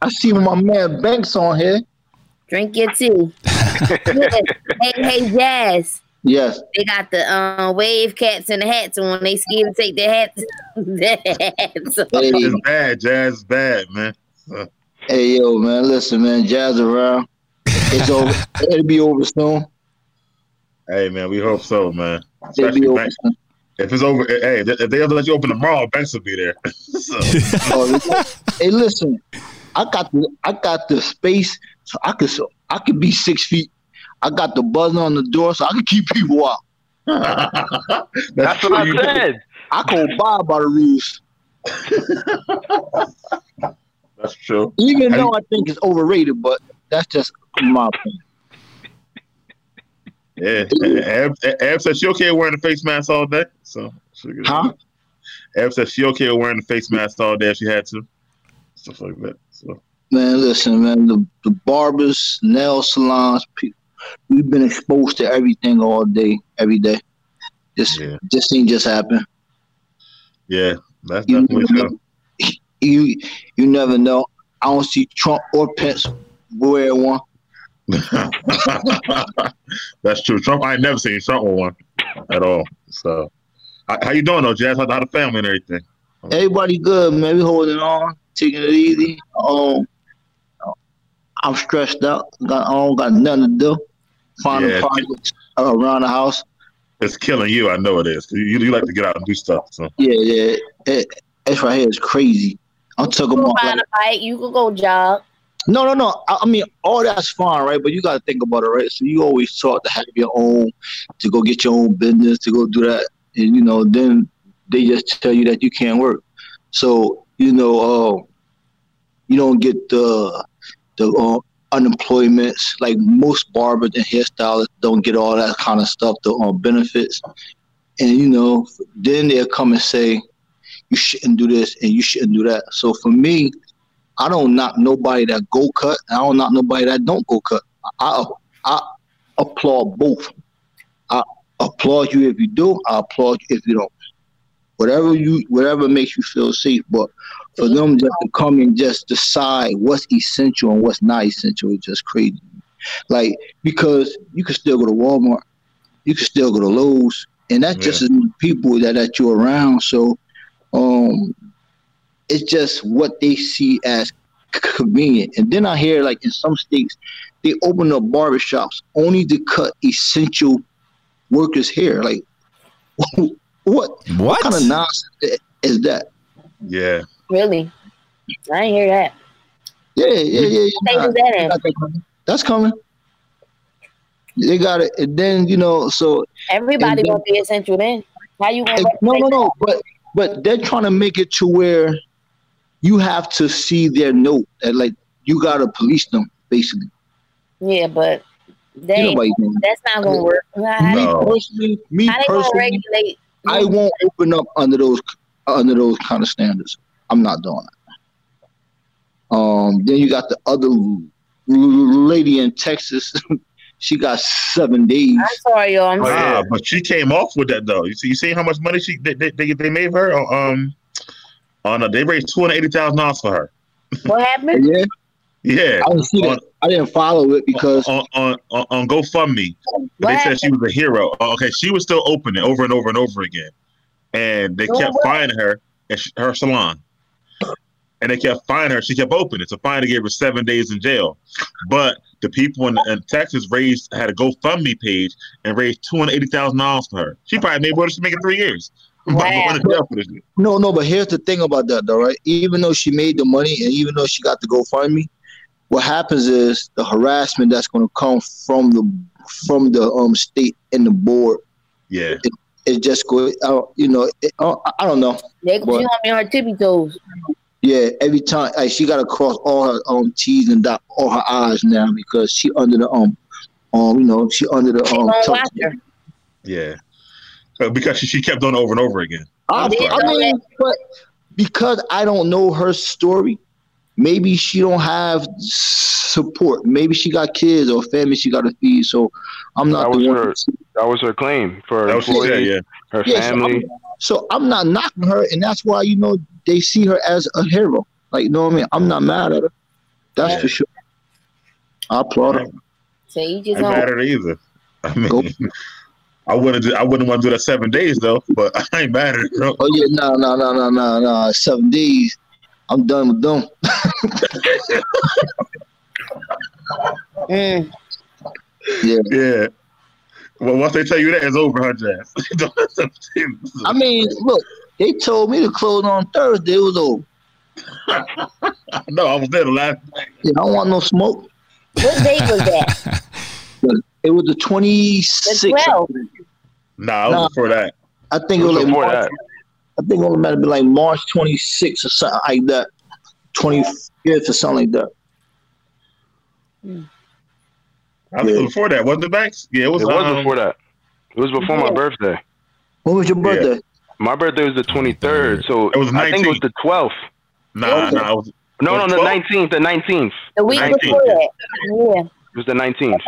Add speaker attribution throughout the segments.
Speaker 1: I see my man Banks on here.
Speaker 2: Drink your tea. hey, hey, Jazz.
Speaker 1: Yes.
Speaker 2: They got the um, wave caps and the hats on. They scared to take their hats. their hats off.
Speaker 1: Hey,
Speaker 3: It's bad, Jazz. It's bad, man.
Speaker 1: hey, yo, man. Listen, man. Jazz around. It's over. It'll be over soon.
Speaker 3: Hey, man, we hope so, man.
Speaker 1: It'll
Speaker 3: Especially
Speaker 1: be over
Speaker 3: Banks.
Speaker 1: soon.
Speaker 3: If it's over, hey, if if they ever let you open tomorrow, Banks will be there. so,
Speaker 1: Oh, hey, listen. I got the I got the space, so I could so I could be six feet. I got the buzzer on the door, so I can keep people out.
Speaker 3: that's
Speaker 4: That's what I said.
Speaker 1: I can abide by the rules,
Speaker 3: That's true.
Speaker 1: even though I think it's overrated. But that's just my opinion.
Speaker 3: Yeah. Ab, Ab said she okay wearing a face mask all day. So, she good.
Speaker 1: Huh?
Speaker 3: Ab said she okay wearing a face mask all day if she had to. Stuff like that. So,
Speaker 1: Man, listen, man. The, the barbers, nail salons, pe- we've been exposed to everything all day, every day. This
Speaker 3: Yeah.
Speaker 1: this thing just happened.
Speaker 3: yeah, that's
Speaker 1: You,
Speaker 3: definitely true.
Speaker 1: you you never know. I don't see Trump or Pence wear one.
Speaker 3: that's true. Trump, I ain't never seen Trump with one at all. So, I, how you doing though, Jazz? How, how the family and everything?
Speaker 1: Everybody good, man. We holding on, taking it easy. Um, I'm stressed out. Got I don't got nothing to do. Final
Speaker 3: Yeah.
Speaker 1: projects around the house.
Speaker 3: It's killing you. I know it is. 'Cause You, you like to get out and do stuff. So,
Speaker 1: Yeah, yeah. It, it's right here. It's crazy. I'm talking
Speaker 2: You
Speaker 1: about like,
Speaker 2: can find a bike. You can go jog.
Speaker 1: no, no, no. I, I mean, all that's fine, right? But you got to think about it, right? So you always taught to have your own, to go get your own business, to go do that, and you know, then they just tell you that you can't work. So you know, uh, you don't get the the uh, unemployments like most barbers and hairstylists don't get all that kind of stuff, the uh, benefits, and you know, then they'll come and say you shouldn't do this and you shouldn't do that. So for me, I don't knock nobody that go cut, and I don't knock nobody that don't go cut. I I applaud both. I applaud you if you do. I applaud you if you don't. Whatever you, whatever makes you feel safe. But for them just to come and just decide what's essential and what's not essential is just crazy. Like because you can still go to Walmart, you can still go to Lowe's, and that's just as many people that that you're around. So, um, it's just what they see as convenient. And then I hear like in some states, they open up barbershops only to cut essential workers' hair. Like, what, what
Speaker 5: What?
Speaker 1: kind of nonsense is that?
Speaker 3: yeah.
Speaker 2: Really? I didn't hear that.
Speaker 1: Yeah, yeah, yeah.
Speaker 2: They
Speaker 1: yeah nah,
Speaker 2: do that
Speaker 1: they
Speaker 2: in.
Speaker 1: got that coming. That's coming. They got it. And then, you know, so
Speaker 2: Everybody
Speaker 1: And then-
Speaker 2: gonna be essential then. How you gonna?
Speaker 1: And- no, no, no. But but they're trying to make it to where you have to see their note. And like, you got to police them, basically.
Speaker 2: Yeah, but
Speaker 1: You
Speaker 2: they.
Speaker 1: know what I mean?
Speaker 2: That's not gonna work. How,
Speaker 1: me
Speaker 2: how
Speaker 3: No.
Speaker 1: personally, me
Speaker 2: they gonna
Speaker 1: personally,
Speaker 2: regulate?
Speaker 1: I won't open up under those under those kind of standards. I'm not doing it. Um, then you got the other l- l- lady in Texas. she got seven days.
Speaker 2: I'm sorry, y'all. I'm
Speaker 3: Nah,
Speaker 2: sorry.
Speaker 3: Ah, but she came off with that though. You see, you see how much money she they they, they, they made her um on a, they raised two hundred eighty thousand dollars for her.
Speaker 2: What happened?
Speaker 1: Yeah,
Speaker 3: Yeah,
Speaker 1: I didn't see that. I didn't follow it because
Speaker 3: on on on, on GoFundMe,
Speaker 2: What
Speaker 3: they said she was a hero. Oh, Okay, she was still open it over and over and over again, and they
Speaker 2: Doing
Speaker 3: kept
Speaker 2: what?
Speaker 3: fining her at sh- her salon, and they kept fining her. She kept opening, so finally gave her seven days in jail. But the people in, in Texas raised had a GoFundMe page and raised two hundred eighty thousand dollars for her. She probably made more than she make in three years. I'm about to go
Speaker 2: Wow.
Speaker 3: under jail for this.
Speaker 1: no, no. But here's the thing about that, though, right? Even though she made the money and even though she got the GoFundMe, what happens is the harassment that's going to come from the from the um state and the board.
Speaker 3: Yeah,
Speaker 1: It just go, uh, you know. It, uh, I- I don't know.
Speaker 2: They she
Speaker 1: What?
Speaker 2: gonna be on her tippy toes.
Speaker 1: Yeah, every time like she gotta cross all her um T's and dot all her I's now because she under the um um you know she under the
Speaker 2: They
Speaker 1: um.
Speaker 2: gonna
Speaker 1: tux-
Speaker 2: watch her.
Speaker 3: yeah. Uh, Because she, she kept doing it over and over again.
Speaker 1: I,
Speaker 2: They
Speaker 1: I
Speaker 2: know
Speaker 1: mean, but because I don't know her story, maybe she don't have support. Maybe she got kids or family she got to feed. So I'm
Speaker 4: That
Speaker 1: not
Speaker 4: was
Speaker 1: the one.
Speaker 4: her- That was her claim for her
Speaker 3: That was she said,
Speaker 4: employees,
Speaker 3: yeah.
Speaker 4: her
Speaker 1: Yeah, so I'm-
Speaker 4: family.
Speaker 1: So I'm not knocking her, and that's why you know they see her as a hero. Like, you know what I mean? I'm not mad at her. That's
Speaker 3: Yeah.
Speaker 1: for sure. I applaud her.
Speaker 2: So you just
Speaker 3: I'm
Speaker 2: don't.
Speaker 3: mad at it either. I
Speaker 1: Go.
Speaker 3: mean, I wouldn't. Do, I wouldn't want to do that seven days though. But I ain't mad at it. No.
Speaker 1: Oh yeah, no, no, no, no, no, no. Seven days. I'm done with them.
Speaker 2: Mm.
Speaker 3: Yeah. Well, once they tell you that, it's over, huh, Jazz? Don't let them tell you.
Speaker 1: I mean, look, they told me to close on Thursday. It was over.
Speaker 3: no, I was there the last.
Speaker 1: Yeah, I don't want no smoke.
Speaker 2: What date was that?
Speaker 1: It was the
Speaker 2: The
Speaker 1: 26th.
Speaker 2: 12th.
Speaker 3: Nah, I was
Speaker 1: Nah.
Speaker 3: before that.
Speaker 1: I think it was like
Speaker 4: Before
Speaker 1: March,
Speaker 4: that,
Speaker 1: I think it only might have been like March 26th or something like that. 25th or something like that.
Speaker 3: I think it was before that. Wasn't it, Banks? Yeah, it
Speaker 4: it
Speaker 3: was.
Speaker 4: was
Speaker 3: um,
Speaker 4: before that. It was before my birthday.
Speaker 1: When was your
Speaker 3: Yeah.
Speaker 1: birthday?
Speaker 4: My birthday was the 23rd, so
Speaker 3: It was
Speaker 4: I think it was
Speaker 3: 19th.
Speaker 4: the 12th.
Speaker 3: Nah, nah. It was,
Speaker 4: No, no, the
Speaker 3: Well,
Speaker 4: 19th. The 19th. It
Speaker 2: The week
Speaker 3: 19th,
Speaker 2: before that. Yeah.
Speaker 4: was the 19th.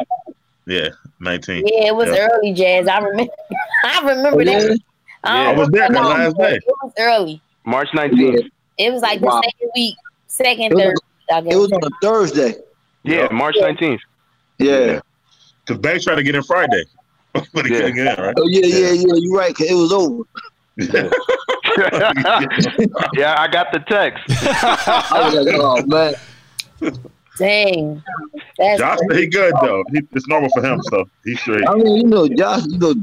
Speaker 3: yeah, nineteen.
Speaker 2: Yeah, it was
Speaker 3: Yeah.
Speaker 2: early, Jazz. I remember. I remember
Speaker 1: Oh, yeah?
Speaker 2: that.
Speaker 4: Yeah.
Speaker 3: I was there that
Speaker 2: No,
Speaker 3: last day.
Speaker 2: It was early.
Speaker 4: March 19th.
Speaker 2: It was like the
Speaker 1: Wow.
Speaker 2: second week, second,
Speaker 1: It was-
Speaker 2: third. I guess.
Speaker 1: It was on a Thursday.
Speaker 4: Yeah,
Speaker 3: Yeah.
Speaker 4: March 19th.
Speaker 1: Yeah.
Speaker 3: Because Banks tried to get in Friday, but he
Speaker 4: Yeah.
Speaker 3: couldn't get in. Right?
Speaker 1: Oh yeah, yeah, yeah. You're right. 'cause it was over.
Speaker 4: yeah, I got the text.
Speaker 1: I was like, oh man.
Speaker 2: Dang. That's
Speaker 3: Josh, he good though. He, it's normal for him, so he's straight.
Speaker 1: I mean, you know, Josh, you know,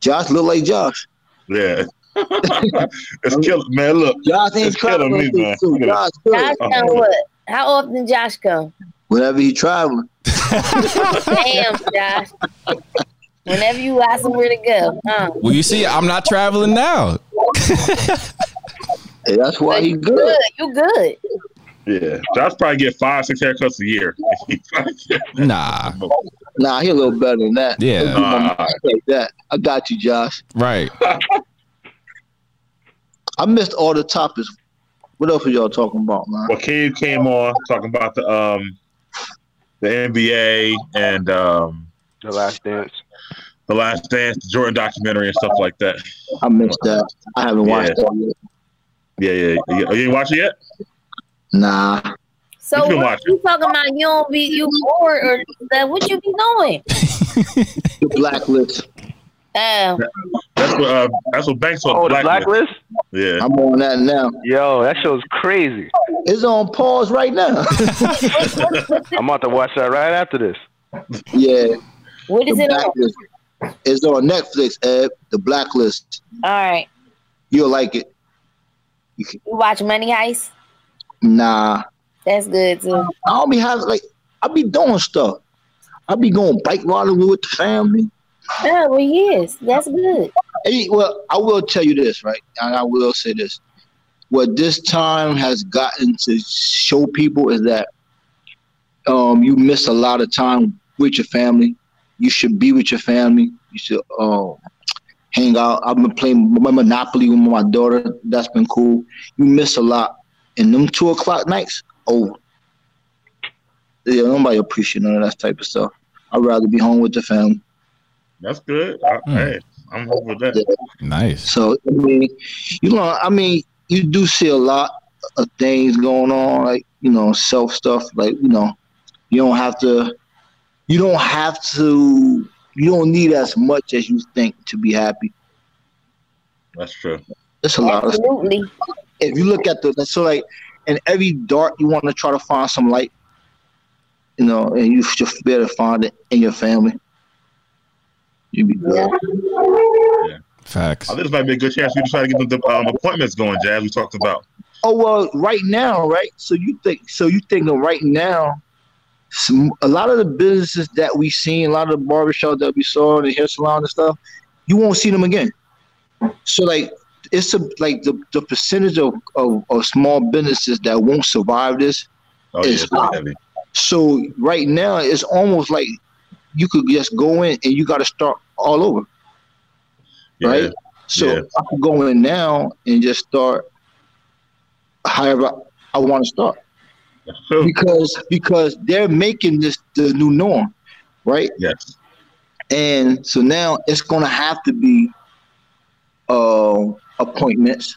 Speaker 1: Josh look like Josh.
Speaker 3: Yeah, it's killing, man. Look,
Speaker 1: Josh ain't
Speaker 3: It's killing me,
Speaker 1: traveling
Speaker 3: man.
Speaker 1: too.
Speaker 3: Look at
Speaker 1: Josh
Speaker 2: Josh
Speaker 1: good.
Speaker 2: come what? How often Josh come?
Speaker 1: Whenever he traveling,
Speaker 2: Damn, Josh. Whenever you got somewhere to go, huh?
Speaker 5: well, you see, I'm not traveling now.
Speaker 1: hey, that's why
Speaker 2: But
Speaker 1: he
Speaker 2: you
Speaker 1: good.
Speaker 2: You good?
Speaker 3: yeah, Josh probably get five, six haircuts a year.
Speaker 5: Nah,
Speaker 1: Nah, he a little better than that.
Speaker 5: Yeah.
Speaker 1: Don't do my
Speaker 3: Nah.
Speaker 1: mind like that. I got you, Josh.
Speaker 5: right.
Speaker 1: I missed all the topics. What else were y'all talking about, man?
Speaker 3: well, Cave came on talking about the um the NBA and um
Speaker 4: the last dance.
Speaker 3: the Last Dance, the Jordan documentary, and stuff like that.
Speaker 1: I missed that. I haven't watched
Speaker 3: Yeah.
Speaker 1: that yet.
Speaker 3: Yeah, yeah. yeah. You, you ain't watch it yet?
Speaker 1: Nah.
Speaker 2: So
Speaker 3: What
Speaker 2: what
Speaker 3: you been
Speaker 2: are
Speaker 3: watching?
Speaker 2: you talking about? You don't be you bored or that? What you be doing?
Speaker 1: The blacklist.
Speaker 2: Uh,
Speaker 3: That's what uh, that's what Banks on
Speaker 4: Oh, the
Speaker 3: Blacklist.
Speaker 4: blacklist?
Speaker 3: Yeah,
Speaker 1: I'm on that now.
Speaker 4: Yo, that show's crazy.
Speaker 1: It's on pause right now.
Speaker 4: I'm about to watch that right after this.
Speaker 1: yeah.
Speaker 2: what is
Speaker 1: the
Speaker 2: it? On?
Speaker 1: blacklist. It's on Netflix, Ed. The blacklist.
Speaker 2: All right,
Speaker 1: You'll like it.
Speaker 2: you watch Money Heist.
Speaker 1: Nah.
Speaker 2: That's good too.
Speaker 1: I don't be having like I be doing stuff. I be going bike riding with the family.
Speaker 2: Oh well, yes, that's good.
Speaker 1: Hey, well, I will tell you this, right? And I will say this. What this time has gotten to show people is that um, you miss a lot of time with your family. You should be with your family. You should um, hang out. I've been playing my Monopoly with my daughter. That's been cool. You miss a lot. And them two o'clock nights, oh, yeah, nobody appreciate none of that type of stuff. I'd rather be home with the family.
Speaker 3: that's good. I,
Speaker 5: Hmm.
Speaker 3: Hey, I'm over that.
Speaker 5: Nice.
Speaker 1: So I mean, you know, I mean, you do see a lot of things going on, like you know, self stuff. Like you know, you don't have to, you don't have to, you don't need as much as you think to be happy.
Speaker 3: That's true.
Speaker 1: It's a lot of stuff.
Speaker 2: Absolutely.
Speaker 1: If you look at the so like in every dark, you want to try to find some light, you know, and you should be able to find it in your family. You be good.
Speaker 2: Yeah.
Speaker 5: Facts.
Speaker 3: I think this might be a good chance for you to try to get the um, appointments going, Jazz. We talked about.
Speaker 1: Oh well, right now, right? So you think so you thinking right now? Some, a lot of the businesses that we seen, a lot of the barbershops that we saw, the hair salon and stuff, you won't see them again. So like, it's a like the, the percentage of, of, of small businesses that won't survive this
Speaker 3: Oh yeah,
Speaker 1: It's-
Speaker 3: it's really heavy.
Speaker 1: so right now, it's almost like you could just go in and you got to start all over,
Speaker 3: Yeah.
Speaker 1: right? So
Speaker 3: Yeah.
Speaker 1: I could go in now and just start however I want to start
Speaker 3: That's true.
Speaker 1: because because they're making this the new norm, right?
Speaker 3: Yes.
Speaker 1: And so now it's going to have to be uh, appointments.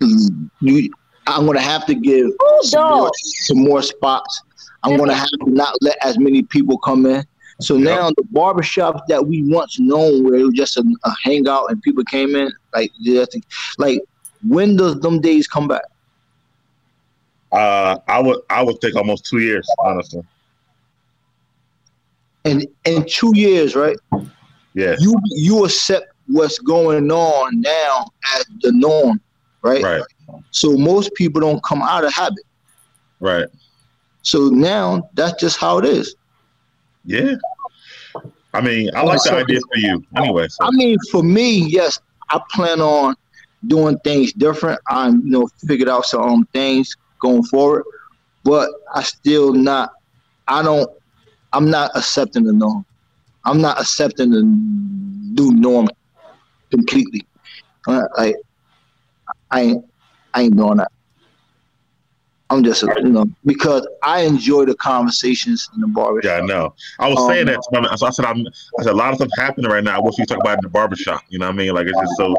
Speaker 1: You I'm gonna have to give
Speaker 2: Ooh,
Speaker 1: some more,
Speaker 2: Oh, dog.
Speaker 1: some more spots. I'm gonna have to not let as many people come in. So
Speaker 3: Yep.
Speaker 1: now the barbershops that we once known where it was just a, a hangout and people came in, like just like when does them days come back?
Speaker 3: Uh, I would I would think almost two years, honestly.
Speaker 1: And in two years, right?
Speaker 3: Yeah,
Speaker 1: You you accept what's going on now as the norm, right?
Speaker 3: right,
Speaker 1: So most people don't come out of habit.
Speaker 3: right.
Speaker 1: So now that's just how it is.
Speaker 3: Yeah. I mean, I like the idea for you anyway. So.
Speaker 1: I mean, for me, yes, I plan on doing things different. I'm, you know, figured out some um, things going forward, but I still not. I don't. I'm not accepting the norm. I'm not accepting the new norm completely. Uh, Like, I ain't, I ain't doing that. I'm just, you know, because I enjoy the conversations in the barbershop.
Speaker 3: Yeah, I know. I was
Speaker 1: Um,
Speaker 3: saying that to my, so I said I'm I said a lot of stuff happening right now. I wish we could talk about it in the barbershop. You know what I mean? Like it's just so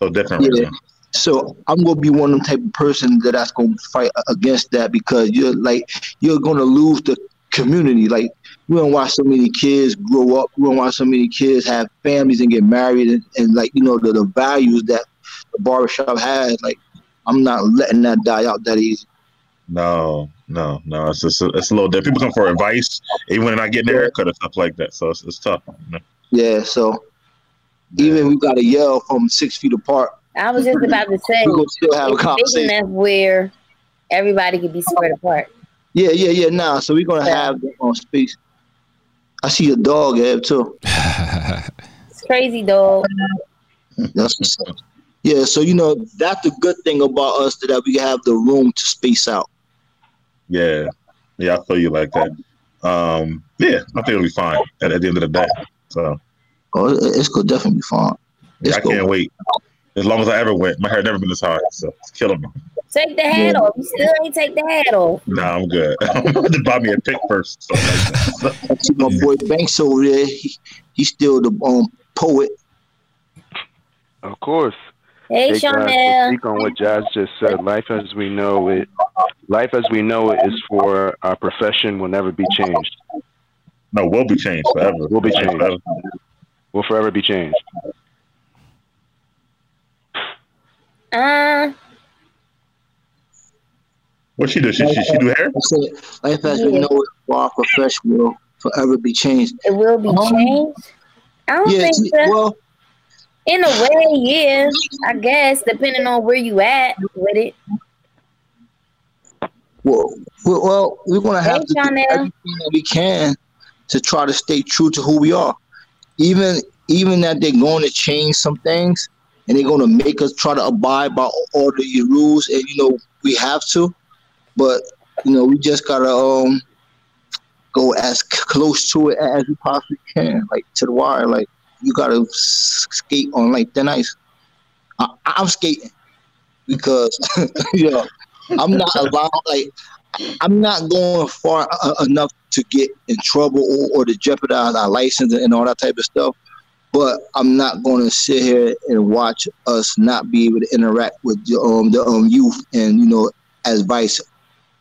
Speaker 3: so different right
Speaker 1: Yeah.
Speaker 3: now.
Speaker 1: So I'm gonna be one of them type of person that that's gonna fight a- against that because you're like you're gonna lose the community. Like we don't watch so many kids grow up. We don't watch so many kids have families and get married and, and like you know the, the values that the barbershop has. Like I'm not letting that die out that easy.
Speaker 3: No, no, no. It's just it's a little different. People come for advice, even when they're not getting their haircut and stuff like that. So it's, it's tough. you know?
Speaker 1: Yeah. So
Speaker 3: Yeah.
Speaker 1: even we got to yell from six feet apart.
Speaker 2: I was just about to say,
Speaker 1: We gonna still have a
Speaker 2: it's big
Speaker 1: conversation.
Speaker 2: enough where everybody could be spread apart.
Speaker 1: Yeah, yeah, yeah. Nah. So we're gonna
Speaker 2: Yeah.
Speaker 1: have that on space. I see a dog, Ed, too.
Speaker 2: It's crazy, dog.
Speaker 1: That's what's up. Yeah, so you know that's the good thing about us that we have the room to space out.
Speaker 3: Yeah, yeah. I feel you like that. Um, yeah, I think it'll be fine at, at the end of the day. So
Speaker 1: Oh, it- it's gonna definitely be fun.
Speaker 3: yeah,
Speaker 1: It's
Speaker 3: I
Speaker 1: cool.
Speaker 3: can't wait. As long as I ever went, my hair never been this hard. So it's killing me.
Speaker 2: Take the hat
Speaker 1: Yeah.
Speaker 2: off. You still ain't take the hat off.
Speaker 3: No, I'm good. I'm about to buy me a pick first. something like that.
Speaker 1: I see my boy Banks over there. He, he's still the um poet.
Speaker 4: Of course.
Speaker 2: Hey,
Speaker 4: Take, uh, to
Speaker 2: Chanel.
Speaker 4: Speak on what Jazz just said. Life as we know it, life as we know it, is for our profession will never be changed.
Speaker 3: No, we'll be changed forever.
Speaker 4: We'll be changed. Will forever be changed.
Speaker 2: Uh,
Speaker 3: What she do? She, she, she do hair?
Speaker 1: I said, life as we know it, for our profession will forever be changed.
Speaker 2: it will be changed. I don't
Speaker 1: Um, Yeah,
Speaker 2: think
Speaker 1: see,
Speaker 2: so.
Speaker 1: well,
Speaker 2: In a way, yeah. I guess depending on where you at with it.
Speaker 1: well, well, well, we're gonna have
Speaker 2: Hey,
Speaker 1: to do
Speaker 2: Chanel.
Speaker 1: everything that we can to try to stay true to who we are. Even even that they're going to change some things and they're going to make us try to abide by all the rules, and you know we have to, but you know we just gotta um go as c- close to it as we possibly can, like to the wire. Like you gotta s- skate on like thin ice. I, I'm skating because you know I'm not allowed like. I'm not going far uh, enough to get in trouble or, or to jeopardize our license and all that type of stuff. But I'm not going to sit here and watch us not be able to interact with the, um, the um, youth and you know advise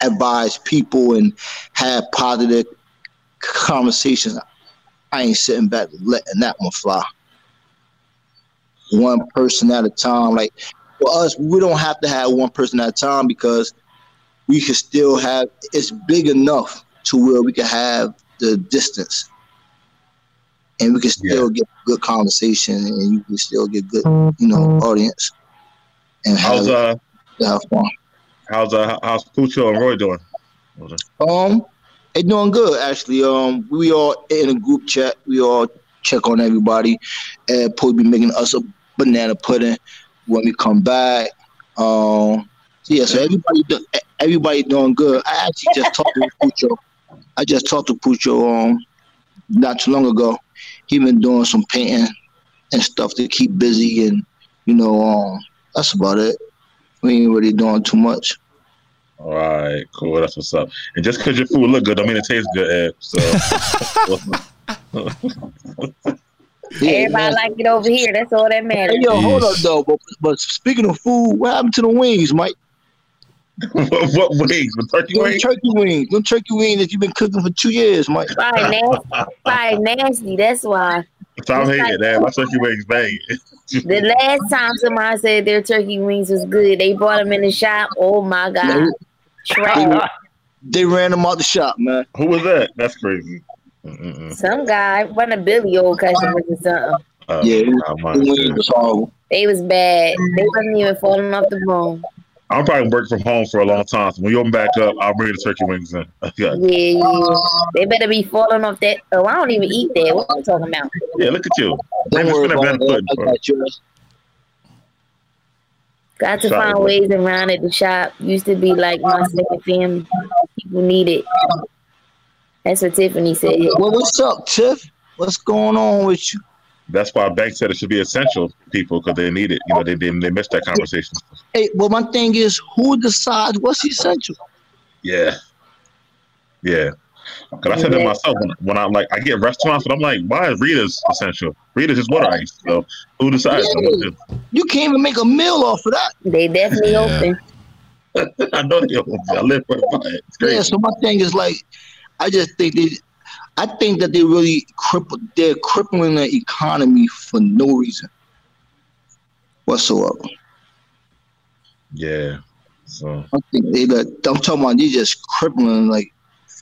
Speaker 1: advise people and have positive conversations. I ain't sitting back letting that one fly. One person at a time. Like for us, we don't have to have one person at a time because we could still have it's big enough to where we could have the distance and we can still get good conversation and you can still get good you know audience and have,
Speaker 3: How's uh
Speaker 1: have fun
Speaker 3: how's uh how's Pucho and Roy doing?
Speaker 1: um they doing good actually um we all in a group chat we all check on everybody and probably be making us a banana pudding when we come back um so yeah so everybody do, everybody doing good i actually just talked to pucho i just talked to pucho um not too long ago he been doing some painting and stuff to keep busy and you know um that's about it we ain't really doing too much
Speaker 3: All right, cool. That's what's up. And just because your food look good, don't mean it tastes good, Ed. So
Speaker 1: Yeah,
Speaker 2: Everybody
Speaker 1: man.
Speaker 2: like it over here. That's all that
Speaker 1: Hey
Speaker 2: matters.
Speaker 1: yo, hold up
Speaker 5: Yes.
Speaker 1: though. But, but speaking of food, what happened to the wings, Mike?
Speaker 3: what, what wings? The turkey
Speaker 1: Them
Speaker 3: wings?
Speaker 1: turkey wings, them turkey wings that you've been cooking for two years, Mike.
Speaker 2: Probably nasty. Probably nasty. That's why.
Speaker 3: Tom hated that. My turkey wings bang.
Speaker 2: The last time somebody said their turkey wings was good, they brought them in the shop. Oh my god, trash.
Speaker 1: They ran them out the shop, man.
Speaker 3: Who was that? That's crazy. Mm-mm-mm.
Speaker 2: Some guy, one of Billy old customers or something.
Speaker 3: Uh,
Speaker 1: Yeah.
Speaker 3: not
Speaker 1: The
Speaker 3: mine.
Speaker 1: wings was horrible.
Speaker 2: They was bad. They wasn't even falling off the bone.
Speaker 3: I'm probably working from home for a long time. So when you open back up, I'll bring the turkey wings in.
Speaker 2: Yeah,
Speaker 3: yeah,
Speaker 2: yeah. They better be falling off that. Oh, I don't even eat that. What I'm talking about?
Speaker 3: yeah, look at you.
Speaker 1: Don't
Speaker 3: Raymond's
Speaker 1: worry
Speaker 3: finna
Speaker 1: about
Speaker 3: bend
Speaker 1: it. I
Speaker 3: pudding,
Speaker 1: got yours.
Speaker 2: Got to
Speaker 3: Sorry,
Speaker 2: find
Speaker 3: bro.
Speaker 2: ways around at the shop. Used to be like my second family. People need it. That's what Tiffany said.
Speaker 1: Well, what's up, Tiff? What's going on with you?
Speaker 3: That's why Bank said it should be essential people because they need it. You know, they they, they missed that conversation.
Speaker 1: Hey, well, my thing is, who decides what's essential?
Speaker 3: Yeah, yeah. Because I said to myself when, when I like I get restaurants, but I'm like, why is Rita's essential? Rita's just water ice. So who decides? I'm gonna do-
Speaker 1: You can't even make a meal off of that.
Speaker 2: They definitely
Speaker 5: Yeah.
Speaker 2: open.
Speaker 3: I know they open. I live for it. It's
Speaker 1: Yeah.
Speaker 3: crazy.
Speaker 1: So my thing is like, I just think they, I think that they really cripple. They're crippling the economy for no reason whatsoever.
Speaker 3: Yeah. So
Speaker 1: I think they like, I'm talking about they just crippling like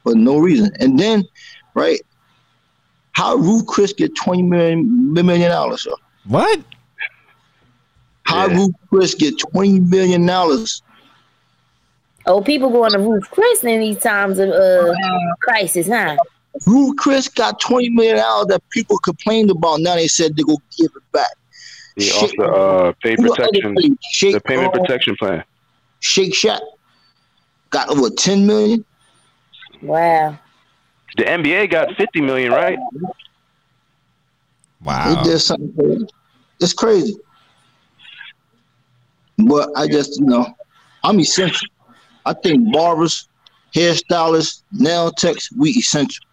Speaker 1: for no reason. And then, right? How Ruth Chris get twenty million million dollars? yo?
Speaker 5: What?
Speaker 1: How
Speaker 3: Yeah.
Speaker 1: Ruth Chris get twenty million dollars?
Speaker 2: Oh, people go on the roof Chris in these times of uh crisis, huh?
Speaker 1: Ruth Chris got twenty million dollars that people complained about. Now they said they go give it back.
Speaker 4: He also uh, pay
Speaker 1: Who the other
Speaker 4: protection,
Speaker 1: place? Shake,
Speaker 4: the payment
Speaker 1: uh,
Speaker 4: protection plan.
Speaker 1: Shake Shack got over ten million.
Speaker 2: Wow.
Speaker 4: The NBA got fifty million, right?
Speaker 5: Wow.
Speaker 1: They did something crazy. It's crazy. But I just, you know, I'm essential. I think barbers, hairstylists, nail techs, we essential.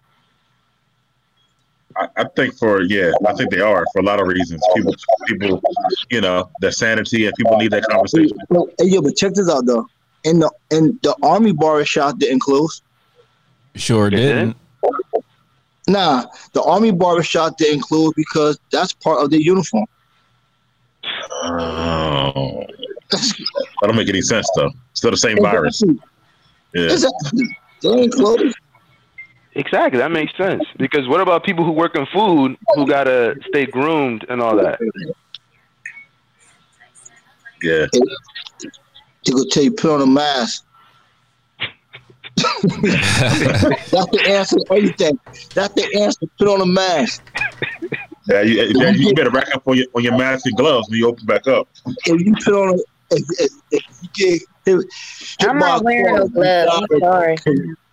Speaker 3: I, I think for yeah, I think they are for a lot of reasons. People, people, you know, their sanity and people need that
Speaker 1: Hey,
Speaker 3: conversation.
Speaker 1: yo, but check this out though. And the and the army barber shop didn't close.
Speaker 5: Sure
Speaker 4: They did?
Speaker 5: didn't.
Speaker 1: Nah, the army barber shop didn't close because that's part of their uniform.
Speaker 3: Oh, that don't make any sense though. Still the same virus. Yeah.
Speaker 1: Exactly. They ain't close.
Speaker 4: Exactly, that makes sense. Because what about people who work in food who gotta stay groomed and all that?
Speaker 3: Yeah.
Speaker 1: They gonna tell you put on a mask. That's the answer to everything. That's the answer. Put on a mask.
Speaker 3: Yeah, you, yeah, you better rack up on your on your mask and gloves when you open back up.
Speaker 1: If you put on a, if, if, if you get if-
Speaker 2: I'm not wearing no gloves. I'm sorry.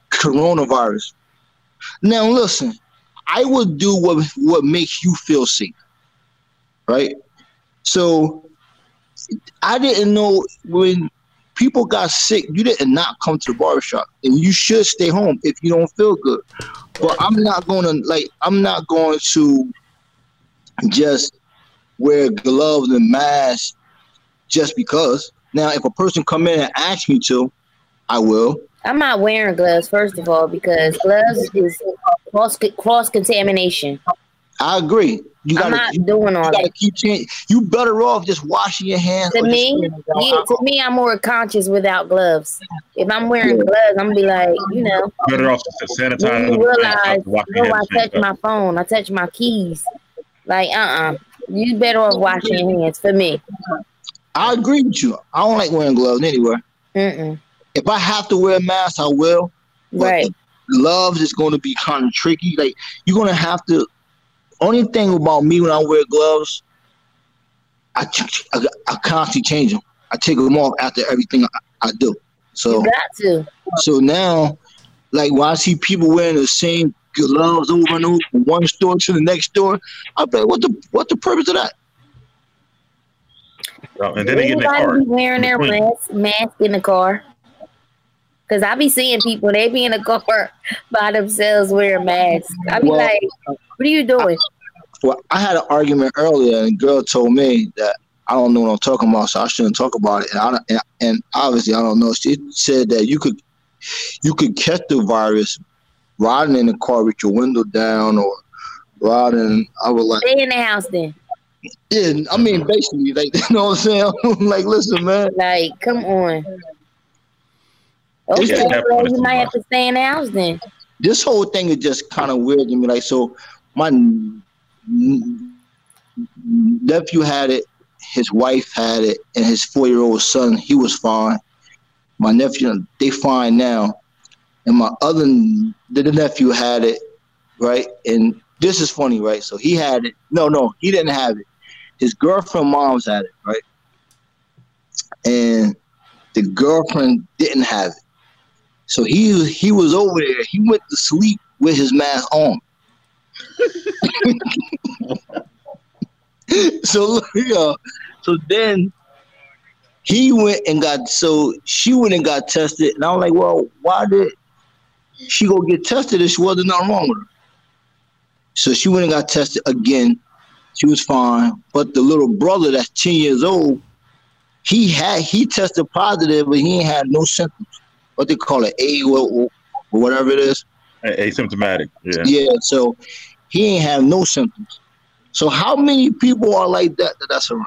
Speaker 1: coronavirus. Now listen, I will do what what makes you feel safe, right? So I didn't know when people got sick, you didn't not come to the barbershop, and you should stay home if you don't feel good. But I'm not gonna like I'm not going to just wear gloves and masks just because. Now, if a person come in and ask me to, I will.
Speaker 2: I'm not wearing gloves, first of all, because gloves is cross cross contamination.
Speaker 1: I agree. You
Speaker 2: I'm
Speaker 1: gotta,
Speaker 2: not
Speaker 1: you,
Speaker 2: doing all
Speaker 1: gotta
Speaker 2: that.
Speaker 1: keep changing. You better off just washing your hands.
Speaker 2: To
Speaker 1: or just
Speaker 2: me,
Speaker 1: standing down.
Speaker 2: Yeah, to me, I'm more conscious without gloves. If I'm wearing gloves, I'm gonna be like, you know,
Speaker 3: Better off just to sanitize.
Speaker 2: you realize,
Speaker 3: wash
Speaker 2: no,
Speaker 3: your
Speaker 2: I
Speaker 3: hands,
Speaker 2: touch my phone, I touch my keys. Like, uh uh You better off washing your hands for me.
Speaker 1: I agree with you. I don't like wearing gloves anywhere.
Speaker 2: Mm-mm.
Speaker 1: If I have to wear a mask, I will. But
Speaker 2: Right.
Speaker 1: gloves is going to be kind of tricky. Like you're going to have to. Only thing about me when I wear gloves, I ch- I, I constantly change them. I take them off after everything I, I do. So
Speaker 2: You got to.
Speaker 1: So now, like when I see people wearing the same gloves over and over from one store to the next store, I'm like, what the what the purpose of that?
Speaker 3: Oh, and then they get in the
Speaker 2: Everybody
Speaker 3: car.
Speaker 2: be wearing their
Speaker 3: Between.
Speaker 2: mask, mask in the car. Cause I be seeing people, they be in the car by themselves wearing masks. I be
Speaker 1: Well,
Speaker 2: like, what are you doing?
Speaker 1: Well, I had an argument earlier, and a girl told me that I don't know what I'm talking about, so I shouldn't talk about it. And, I, don't- and, and obviously, I don't know. She said that you could you could catch the virus riding in the car with your window down or riding. I was like,
Speaker 2: Stay in the house then.
Speaker 1: yeah, I mean, basically, like, you know what I'm saying? I'm like, listen, man,
Speaker 2: Like, come on.
Speaker 3: Yeah,
Speaker 2: Okay,
Speaker 3: that
Speaker 2: well,
Speaker 3: part is
Speaker 2: you might
Speaker 3: too
Speaker 2: have to stay in the house then.
Speaker 1: this whole thing is just kind of weird to me. Like, so my n- nephew had it, his wife had it, and his four year old son, he was fine. My nephew, they fine now. And my other n- the nephew had it, right? And this is funny, right? So he had it. No, no, he didn't have it. His girlfriend mom's had it, right? And the girlfriend didn't have it. So he was- he was over there. He went to sleep with his mask on. so look, yeah. So then he went and got so she went and got tested, and I was like, well, why did she go get tested if she wasn't nothing wrong with her? So she went and got tested again. She was fine, but the little brother that's ten years old, he had he tested positive, but he ain't had no symptoms what they call it, A or whatever it is.
Speaker 3: A- asymptomatic. Yeah.
Speaker 1: Yeah. So he ain't have no symptoms. So how many people are like that that that's around?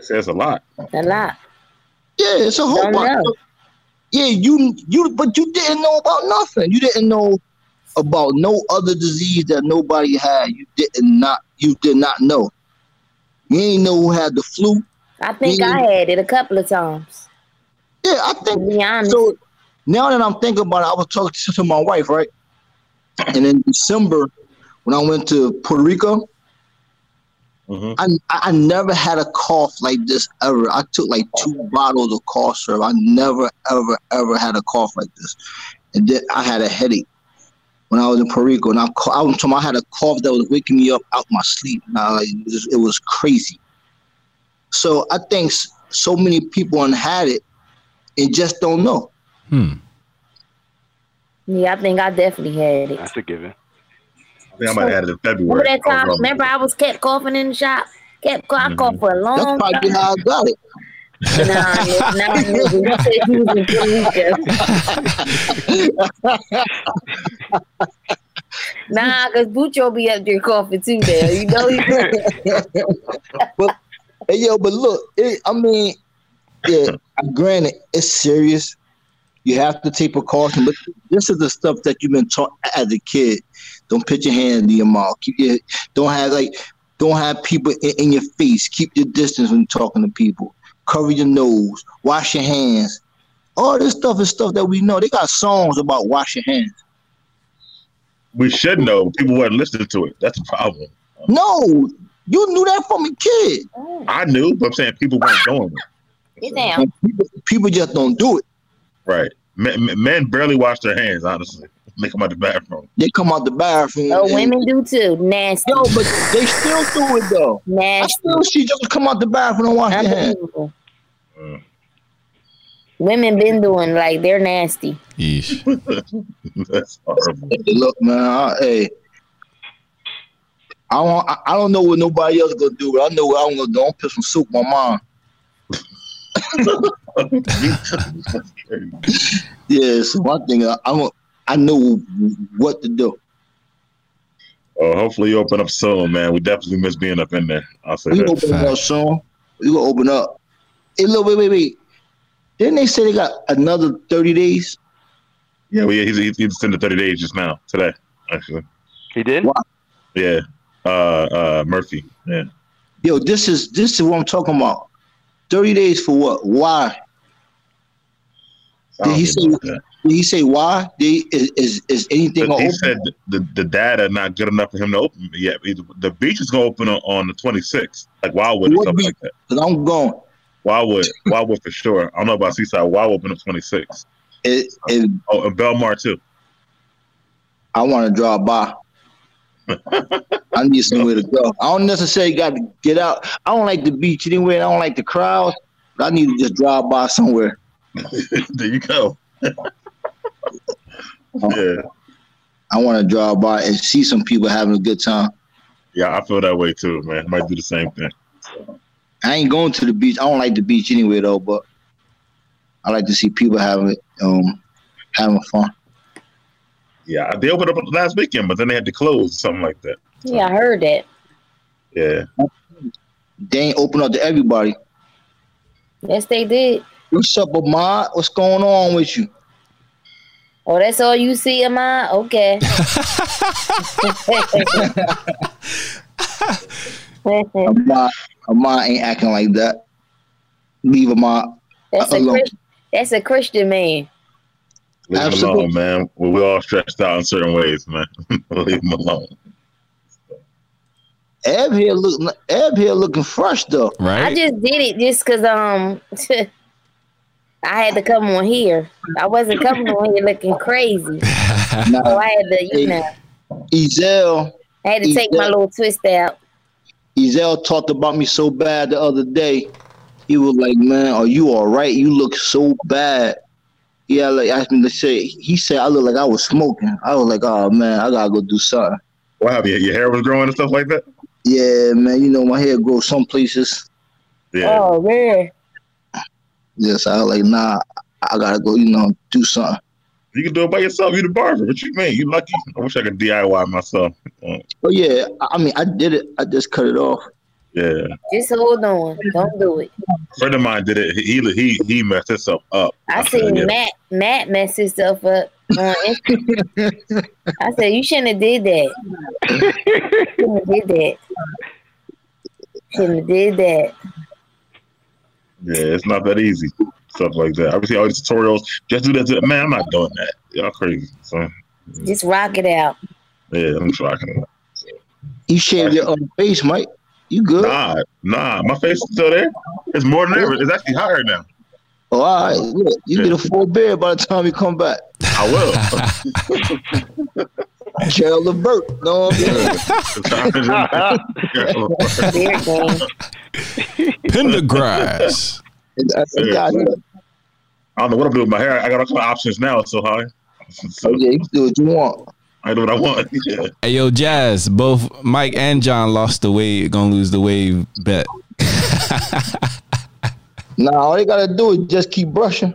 Speaker 3: Says a lot.
Speaker 2: A lot.
Speaker 1: Yeah, it's a whole
Speaker 2: Don't
Speaker 1: bunch.
Speaker 2: know.
Speaker 1: Yeah, you you but you didn't know about nothing. You didn't know about no other disease that nobody had. You didn't not you did not know. You ain't know who had the flu.
Speaker 2: I think
Speaker 1: Yeah.
Speaker 2: I had it a couple of times.
Speaker 1: Yeah, I
Speaker 2: To
Speaker 1: think
Speaker 2: be honest.
Speaker 1: So now that I'm thinking about it, I was talking to- to my wife, right? And in December, when I went to Puerto Rico,
Speaker 3: Mhm.
Speaker 1: I, I I never had a cough like this ever. I took like two bottles of cough syrup. I never, ever, ever had a cough like this. And then I had a headache when I was in Puerto Rico. And I, ca- I, was talking, about I had a cough that was waking me up out my sleep. And I, like, it, was, it was crazy. So I think s- so many people done had it and just don't know.
Speaker 5: Hmm.
Speaker 2: Yeah, I think I definitely had it.
Speaker 4: That's a given.
Speaker 3: I think I might have had it in February.
Speaker 2: Remember that
Speaker 3: I was
Speaker 2: time?
Speaker 3: wrong.
Speaker 2: Remember I was kept coughing in the shop? Kept coughing
Speaker 3: Mm-hmm.
Speaker 2: I coughed for a
Speaker 1: That's
Speaker 2: long
Speaker 1: probably
Speaker 2: time.
Speaker 1: how I got it.
Speaker 2: Nah, nigga, nah, nigga, you said you was in Puerto Rico. Nah, cause Bucho be up there coughing too there. You know he
Speaker 1: Hey, yo, but look, it, I mean, yeah, granted, it's serious. You have to take precaution, but this is the stuff that you've been taught as a kid. Don't put your hand in your mouth. Keep your don't have like don't have people in, in your face. Keep your distance when you're talking to people. Cover your nose. Wash your hands. All this stuff is stuff that we know. They got songs about wash your hands.
Speaker 3: we should know. People weren't listening to it. That's the problem.
Speaker 1: No, you knew that from a kid.
Speaker 3: I knew, but I'm saying people weren't doing it.
Speaker 2: Get down.
Speaker 1: And people, people just don't do it.
Speaker 3: Right. Men, men- men barely wash their hands, honestly. They come out the bathroom.
Speaker 1: They come out the bathroom.
Speaker 2: Oh,
Speaker 1: and-
Speaker 2: women do too. Nasty.
Speaker 1: Yo, but they still do it though. I
Speaker 2: Nasty.
Speaker 1: still see just come out the bathroom and wash their hands.
Speaker 2: Unbelievable.
Speaker 3: Mm.
Speaker 2: Women been doing like they're nasty.
Speaker 5: Yeesh.
Speaker 3: That's horrible.
Speaker 1: Look, man, I, hey, I don't, I, I don't know what nobody else gonna do, but I know what I'm gonna do. I'm gonna put some soup on mine. Yeah, so one thing I, I'm, a- I know what to do.
Speaker 3: oh, hopefully you open up soon, man. We definitely miss being up in there. I'll say
Speaker 1: We
Speaker 3: that.
Speaker 1: gonna open up soon. We gonna open up. Hey, look, wait, wait, wait. Didn't they say they got another thirty days?
Speaker 3: Yeah, well, yeah, he's, he's, he's in the 30 days just now, today, actually.
Speaker 4: He did?
Speaker 1: What?
Speaker 3: Yeah. Uh, uh, Murphy. Yeah.
Speaker 1: Yo, this is this is what I'm talking about. Thirty days for what? Why?
Speaker 3: I don't
Speaker 1: Did he
Speaker 3: even
Speaker 1: say-
Speaker 3: know that.
Speaker 1: Did he say why? Did he, is, is is anything
Speaker 3: But
Speaker 1: gonna
Speaker 3: he
Speaker 1: open?
Speaker 3: said the, the data not good enough for him to open yet. The- The beach is gonna open on, on the 26th, like Wildwood and
Speaker 1: What
Speaker 3: stuff
Speaker 1: beach?
Speaker 3: like that.
Speaker 1: Cause I'm going.
Speaker 3: Wildwood, Wildwood for sure. I don't know about Seaside. Wildwood open on 26th.
Speaker 1: It, it,
Speaker 3: Oh, and Belmar too.
Speaker 1: I want to drive by. I need somewhere to go. I don't necessarily got to get out. I don't like the beach anyway. and I don't like the crowds. But I need to just drive by somewhere.
Speaker 3: there you go. yeah,
Speaker 1: I want to drive by and see some people having a good time.
Speaker 3: yeah, I feel that way too, man. Might do the same thing.
Speaker 1: I ain't going to the beach. I don't like the beach anyway though, but I like to see people having it, um having fun.
Speaker 3: Yeah, they opened up last weekend, but then they had to close something like that.
Speaker 2: Yeah, I heard that.
Speaker 3: Yeah,
Speaker 1: They ain't open up to everybody.
Speaker 2: Yes, they did.
Speaker 1: What's up, Ahmad? What's going on with you?
Speaker 2: Oh, that's all you see, am I? Okay.
Speaker 1: Ahmad, Ahmad ain't acting like that. Leave Ahmad.
Speaker 2: that's a
Speaker 1: Alone.
Speaker 2: Chris- that's a Christian man.
Speaker 3: leave them
Speaker 1: Absolutely.
Speaker 3: alone, man. We're, we're all stretched out in certain ways, man. leave them alone.
Speaker 1: Ev here look Ev here looking fresh though.
Speaker 2: I
Speaker 5: right?
Speaker 2: just did it just cause um I had to come on here. I wasn't coming on here looking crazy. So
Speaker 1: Now
Speaker 2: I had to, you know,
Speaker 1: Ezel
Speaker 2: I had to take my little twist out.
Speaker 1: Ezel talked about me so bad the other day. He was like, "Man, are you all right? You look so bad." Yeah, like asked me to say. He said I look like I was smoking. I was like, "Oh man, I gotta go do something."
Speaker 3: What happened? Your- Your hair was growing and stuff like that.
Speaker 1: Yeah, man, you know my hair grows some places.
Speaker 3: Yeah,
Speaker 2: Oh man.
Speaker 1: Yes, I was like, "Nah, I gotta go. You know, do something."
Speaker 3: you can do it by yourself. You the barber. What you mean? You lucky. I wish I could DIY myself.
Speaker 1: But yeah, I I mean, I did it. I just cut it off.
Speaker 3: Yeah.
Speaker 2: Just hold on. Don't do it.
Speaker 3: friend of mine did it. He he he messed himself up.
Speaker 2: I
Speaker 3: said,
Speaker 2: seen
Speaker 3: yeah.
Speaker 2: Matt Matt mess himself up on Instagram. I said you shouldn't have did that. Shouldn't have did that. Shouldn't have did that.
Speaker 3: Yeah, it's not that easy. Stuff like that. I see all these tutorials. Just do that. To, man, I'm not doing that. Y'all crazy. So
Speaker 2: Just rock it out.
Speaker 3: yeah, I'm trying.
Speaker 1: You shaved your um, face, Mike. You good?
Speaker 3: Nah, nah. My face is still there. It's more than ever. It's actually higher now.
Speaker 1: Oh, all right. Look, you get a full beard by the time you come back.
Speaker 3: I will.
Speaker 1: Gerald LeBert. No, I'm saying?
Speaker 2: Beard game.
Speaker 5: Pendergrass.
Speaker 1: I- I got it.
Speaker 3: I don't know what I'm doing with my hair. I got all kind of options now. It's so high. So
Speaker 1: Okay, you can do what you want.
Speaker 3: I do what I want. Yeah.
Speaker 5: Hey yo, Jazz, both Mike and John lost the wave, gonna lose the wave bet.
Speaker 1: Nah, all they gotta do is just keep brushing.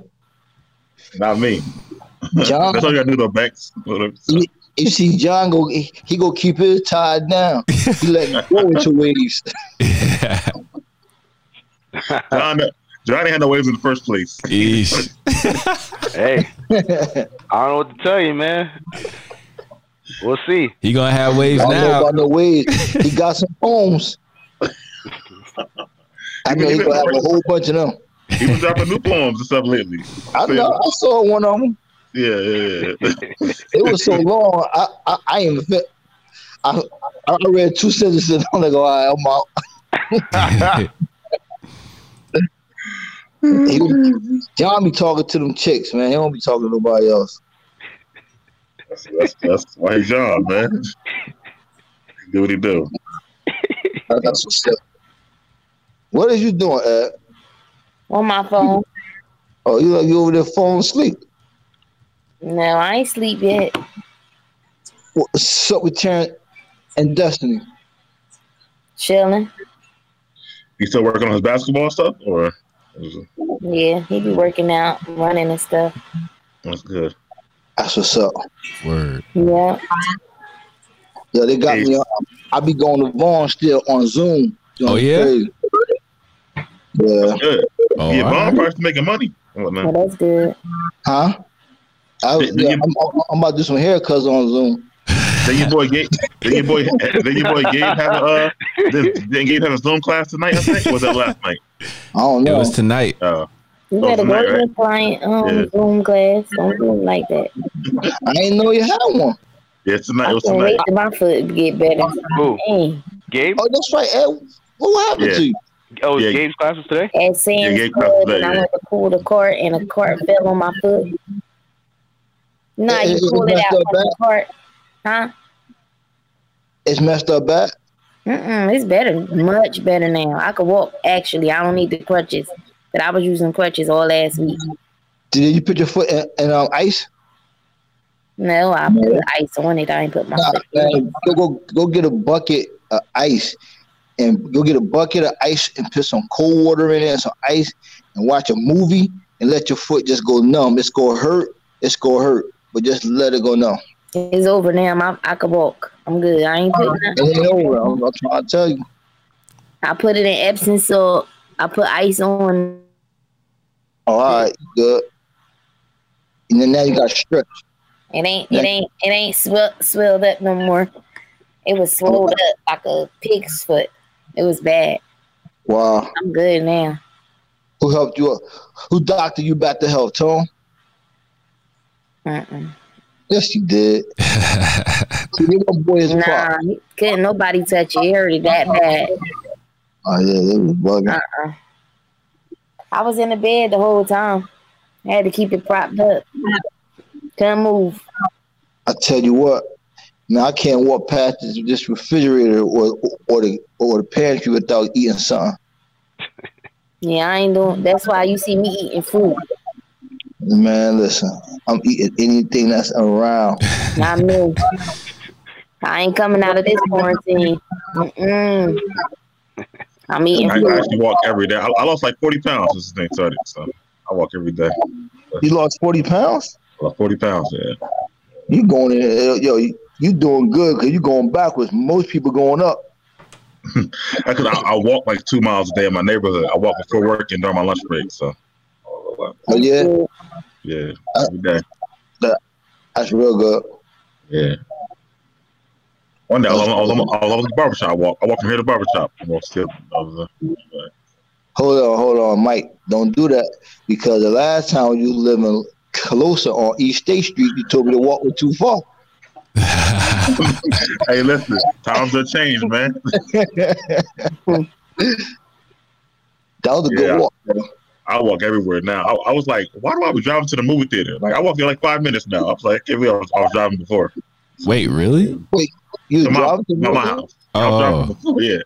Speaker 3: Not me.
Speaker 1: John,
Speaker 3: That's all you gotta do though, Bex. uh,
Speaker 1: you, you see, John go he he go keep his tied down. He let go with your waves.
Speaker 3: John, John ain't had no waves in the first place.
Speaker 5: Yeesh.
Speaker 4: hey, I don't know what to tell you, man. We'll see.
Speaker 5: He gonna have waves
Speaker 1: I don't know
Speaker 5: now.
Speaker 1: about no waves. He got some homes. I know he gonna have a whole bunch of them.
Speaker 3: He was dropping new poems and stuff lately.
Speaker 1: I know. I saw one of them.
Speaker 3: Yeah, yeah, yeah.
Speaker 1: It was so long. I I, I even fit. I, I read two sentences and I'm like, all right, I'm out. He, John be talking to them chicks, man. He don't be talking to nobody else.
Speaker 3: That's, that's, that's why he's John, man. Do what he do.
Speaker 1: I got some stuff. What is you doing, Ed?
Speaker 2: On my phone.
Speaker 1: Oh, you you over there falling asleep?
Speaker 2: No, I ain't sleep yet.
Speaker 1: What's up with Terrence and Destiny?
Speaker 2: Chilling.
Speaker 3: He still working on his basketball stuff, or
Speaker 2: Yeah, he be working out, running and stuff.
Speaker 3: that's good.
Speaker 1: That's what's up.
Speaker 5: Word.
Speaker 2: Yeah.
Speaker 1: Yeah, they got me. um, I, I be going to Vaughn still on Zoom. You know,
Speaker 5: Oh, yeah?
Speaker 1: crazy. Yeah.
Speaker 3: Good.
Speaker 5: Oh,
Speaker 3: yeah,
Speaker 5: all
Speaker 3: Bond
Speaker 5: right.
Speaker 3: probably making money. Oh, man.
Speaker 2: Well, that's good.
Speaker 1: Huh? I,
Speaker 3: Did- did
Speaker 1: yeah,
Speaker 3: you-
Speaker 1: I'm, I'm- I'm about to do some haircuts on Zoom.
Speaker 3: Then your boy Gabe. Then your boy. Then your boy Gabe had a. Uh, then, then Gabe had a Zoom class tonight. I think Or was that last night.
Speaker 1: I don't
Speaker 5: It
Speaker 1: know.
Speaker 5: was tonight.
Speaker 3: Uh,
Speaker 2: You
Speaker 3: Oh,
Speaker 2: better go
Speaker 3: tonight,
Speaker 2: to your client um
Speaker 3: Yeah.
Speaker 2: Zoom class. Don't do it like that.
Speaker 1: I didn't know you had one.
Speaker 3: yeah, tonight. It
Speaker 2: I
Speaker 3: was
Speaker 2: can't
Speaker 3: tonight.
Speaker 2: wait till my foot get better.
Speaker 4: Who?
Speaker 2: Dang.
Speaker 4: Gabe?
Speaker 1: Oh, that's right, Ed. What happened
Speaker 3: Yeah.
Speaker 1: to you?
Speaker 4: Oh, is
Speaker 3: Yeah.
Speaker 4: Gabe's classes today?
Speaker 2: At Sam's
Speaker 3: Yeah, get
Speaker 2: Club,
Speaker 3: crap
Speaker 2: and I
Speaker 3: today,
Speaker 2: went to pull the cart, and the cart fell on my foot. Nah,
Speaker 1: It-
Speaker 2: you
Speaker 1: it- it
Speaker 2: pull it
Speaker 1: messed
Speaker 2: out
Speaker 1: up
Speaker 2: from the cart, huh?
Speaker 1: It's messed up bad.
Speaker 2: Mm-mm, it's better, much better now. I could walk. Actually, I don't need the crutches. But I was using crutches all last week.
Speaker 1: Did you put your foot in, in um, ice?
Speaker 2: No, I put ice on it. I ain't put my
Speaker 1: Nah,
Speaker 2: foot. in
Speaker 1: man,
Speaker 2: it.
Speaker 1: go, go go get a bucket of ice and go get a bucket of ice and put some cold water in it and some ice and watch a movie and let your foot just go numb. It's gonna hurt. It's gonna hurt, but just let it go numb.
Speaker 2: It's over now. I'm, I can walk. I'm good. I ain't putting
Speaker 1: It ain't over. I'm, I'm trying to tell you.
Speaker 2: I put it in Epsom salt. I put ice on.
Speaker 1: All right, good. And then now you got stretch.
Speaker 2: It ain't. It ain't. It ain't swell, swelled up no more. It was swelled up like a pig's foot. It was bad.
Speaker 1: Wow.
Speaker 2: I'm good now.
Speaker 1: Who helped you up? Who doctor you back to health, Tom?
Speaker 2: Mm-mm.
Speaker 1: Yes, you did. See, them boy is
Speaker 2: Nah, he- couldn't nobody touch it. It hurted that bad.
Speaker 1: Oh yeah, they was bugging.
Speaker 2: Uh-uh. I was in the bed the whole time. I had to keep it propped up. Couldn't move.
Speaker 1: I tell you what, now I can't walk past this, this refrigerator or or the or the pantry without eating something.
Speaker 2: Yeah, I ain't doing. That's why you see me eating food.
Speaker 1: Man, listen, I'm eating anything that's around.
Speaker 2: I knew. I ain't coming out of this quarantine. Mm-mm. I'm eating
Speaker 3: I, I
Speaker 2: food.
Speaker 3: actually walk every day. I, I lost like 40 pounds since this thing started. So I walk every day.
Speaker 1: You lost forty pounds.
Speaker 3: Like 40 pounds, yeah.
Speaker 1: You going in, yo? You, you doing good because you going backwards. Most people going up.
Speaker 3: Because I, I walk like two miles a day in my neighborhood. I walk before work and during my lunch break. So,
Speaker 1: Oh yeah,
Speaker 3: yeah, every day.
Speaker 1: that's real good.
Speaker 3: Yeah. One day I was, I was, I was, I was at the barbershop. I walk, I walk from here to the barbershop. I walk still. I was, uh,
Speaker 1: Hold on, hold on, Mike. Don't do that because the last time you was living closer on East State Street, you told me to walk too far.
Speaker 3: hey, listen, times have changed, man.
Speaker 1: That was a
Speaker 3: Yeah.
Speaker 1: good walk.
Speaker 3: I walk everywhere now. I, I was like, why do I be driving to the movie theater? Like, I walk there like five minutes now. I was like, every I was, I was driving before.
Speaker 5: Wait, really?
Speaker 1: You was
Speaker 3: To my,
Speaker 1: driving
Speaker 3: to
Speaker 1: to
Speaker 3: my
Speaker 1: Brooklyn?
Speaker 3: house. I was driving
Speaker 5: Oh,
Speaker 3: before, yeah.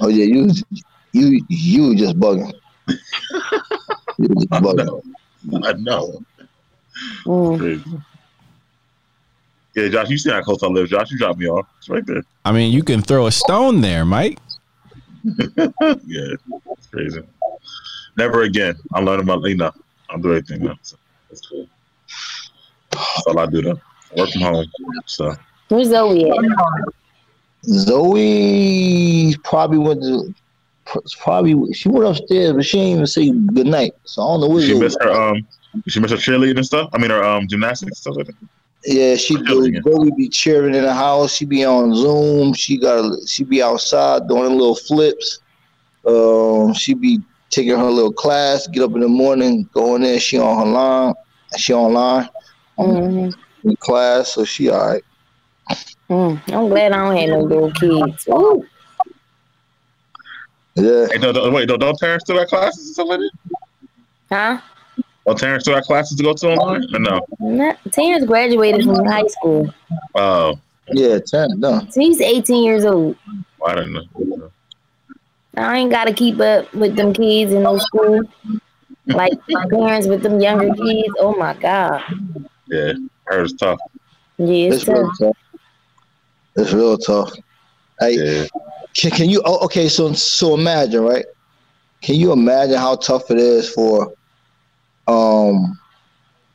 Speaker 1: Oh yeah, you was- you you was just bugging. you was
Speaker 3: I
Speaker 1: bugging.
Speaker 3: know. I know.
Speaker 2: Mm.
Speaker 3: Yeah, Josh, you see how close I live, Josh. You dropped me off. It's right there.
Speaker 5: I mean, you can throw a stone there, Mike.
Speaker 3: Yeah, it's crazy. Never again. I'm learning about Lena. I'll do everything now. So that's cool. That's all I do though. I work from home. So
Speaker 2: Where's Zoe at?
Speaker 1: Zoe probably went to probably she went upstairs, but she didn't even say good night. So I don't know what
Speaker 3: she
Speaker 1: Zoe-
Speaker 3: missed her um she missed her cheerleading and stuff. I mean her um gymnastics and stuff like that.
Speaker 1: Yeah, she do.
Speaker 3: Yeah.
Speaker 1: Zoe be cheering in the house. She be on Zoom. She got she be outside doing her little flips. Um, she be taking her little class. Get up in the morning, go in there. She on her line. She online
Speaker 2: Mhm.
Speaker 1: in class, so she all right.
Speaker 2: Mm. I'm glad I don't have no little kids. Ooh.
Speaker 1: Yeah.
Speaker 3: Hey, don't, don't, wait, don't, don't Terrence still got classes and stuff like that?
Speaker 2: Huh?
Speaker 3: Don't Terrence still got classes to go to online? Or no.
Speaker 2: Not, Terrence graduated from high school.
Speaker 3: Oh,
Speaker 1: Yeah, ten done.
Speaker 2: So he's 18 years old.
Speaker 3: I don't know.
Speaker 2: I ain't got to keep up with them kids in no school. Like my parents with them younger kids. Oh my God.
Speaker 3: Yeah, her is tough.
Speaker 2: Yeah, it's
Speaker 1: It's
Speaker 2: tough.
Speaker 1: real tough. It's real tough. Hey,
Speaker 3: Yeah.
Speaker 1: Can, can you? Oh, okay. So so imagine, right? Can you imagine how tough it is for um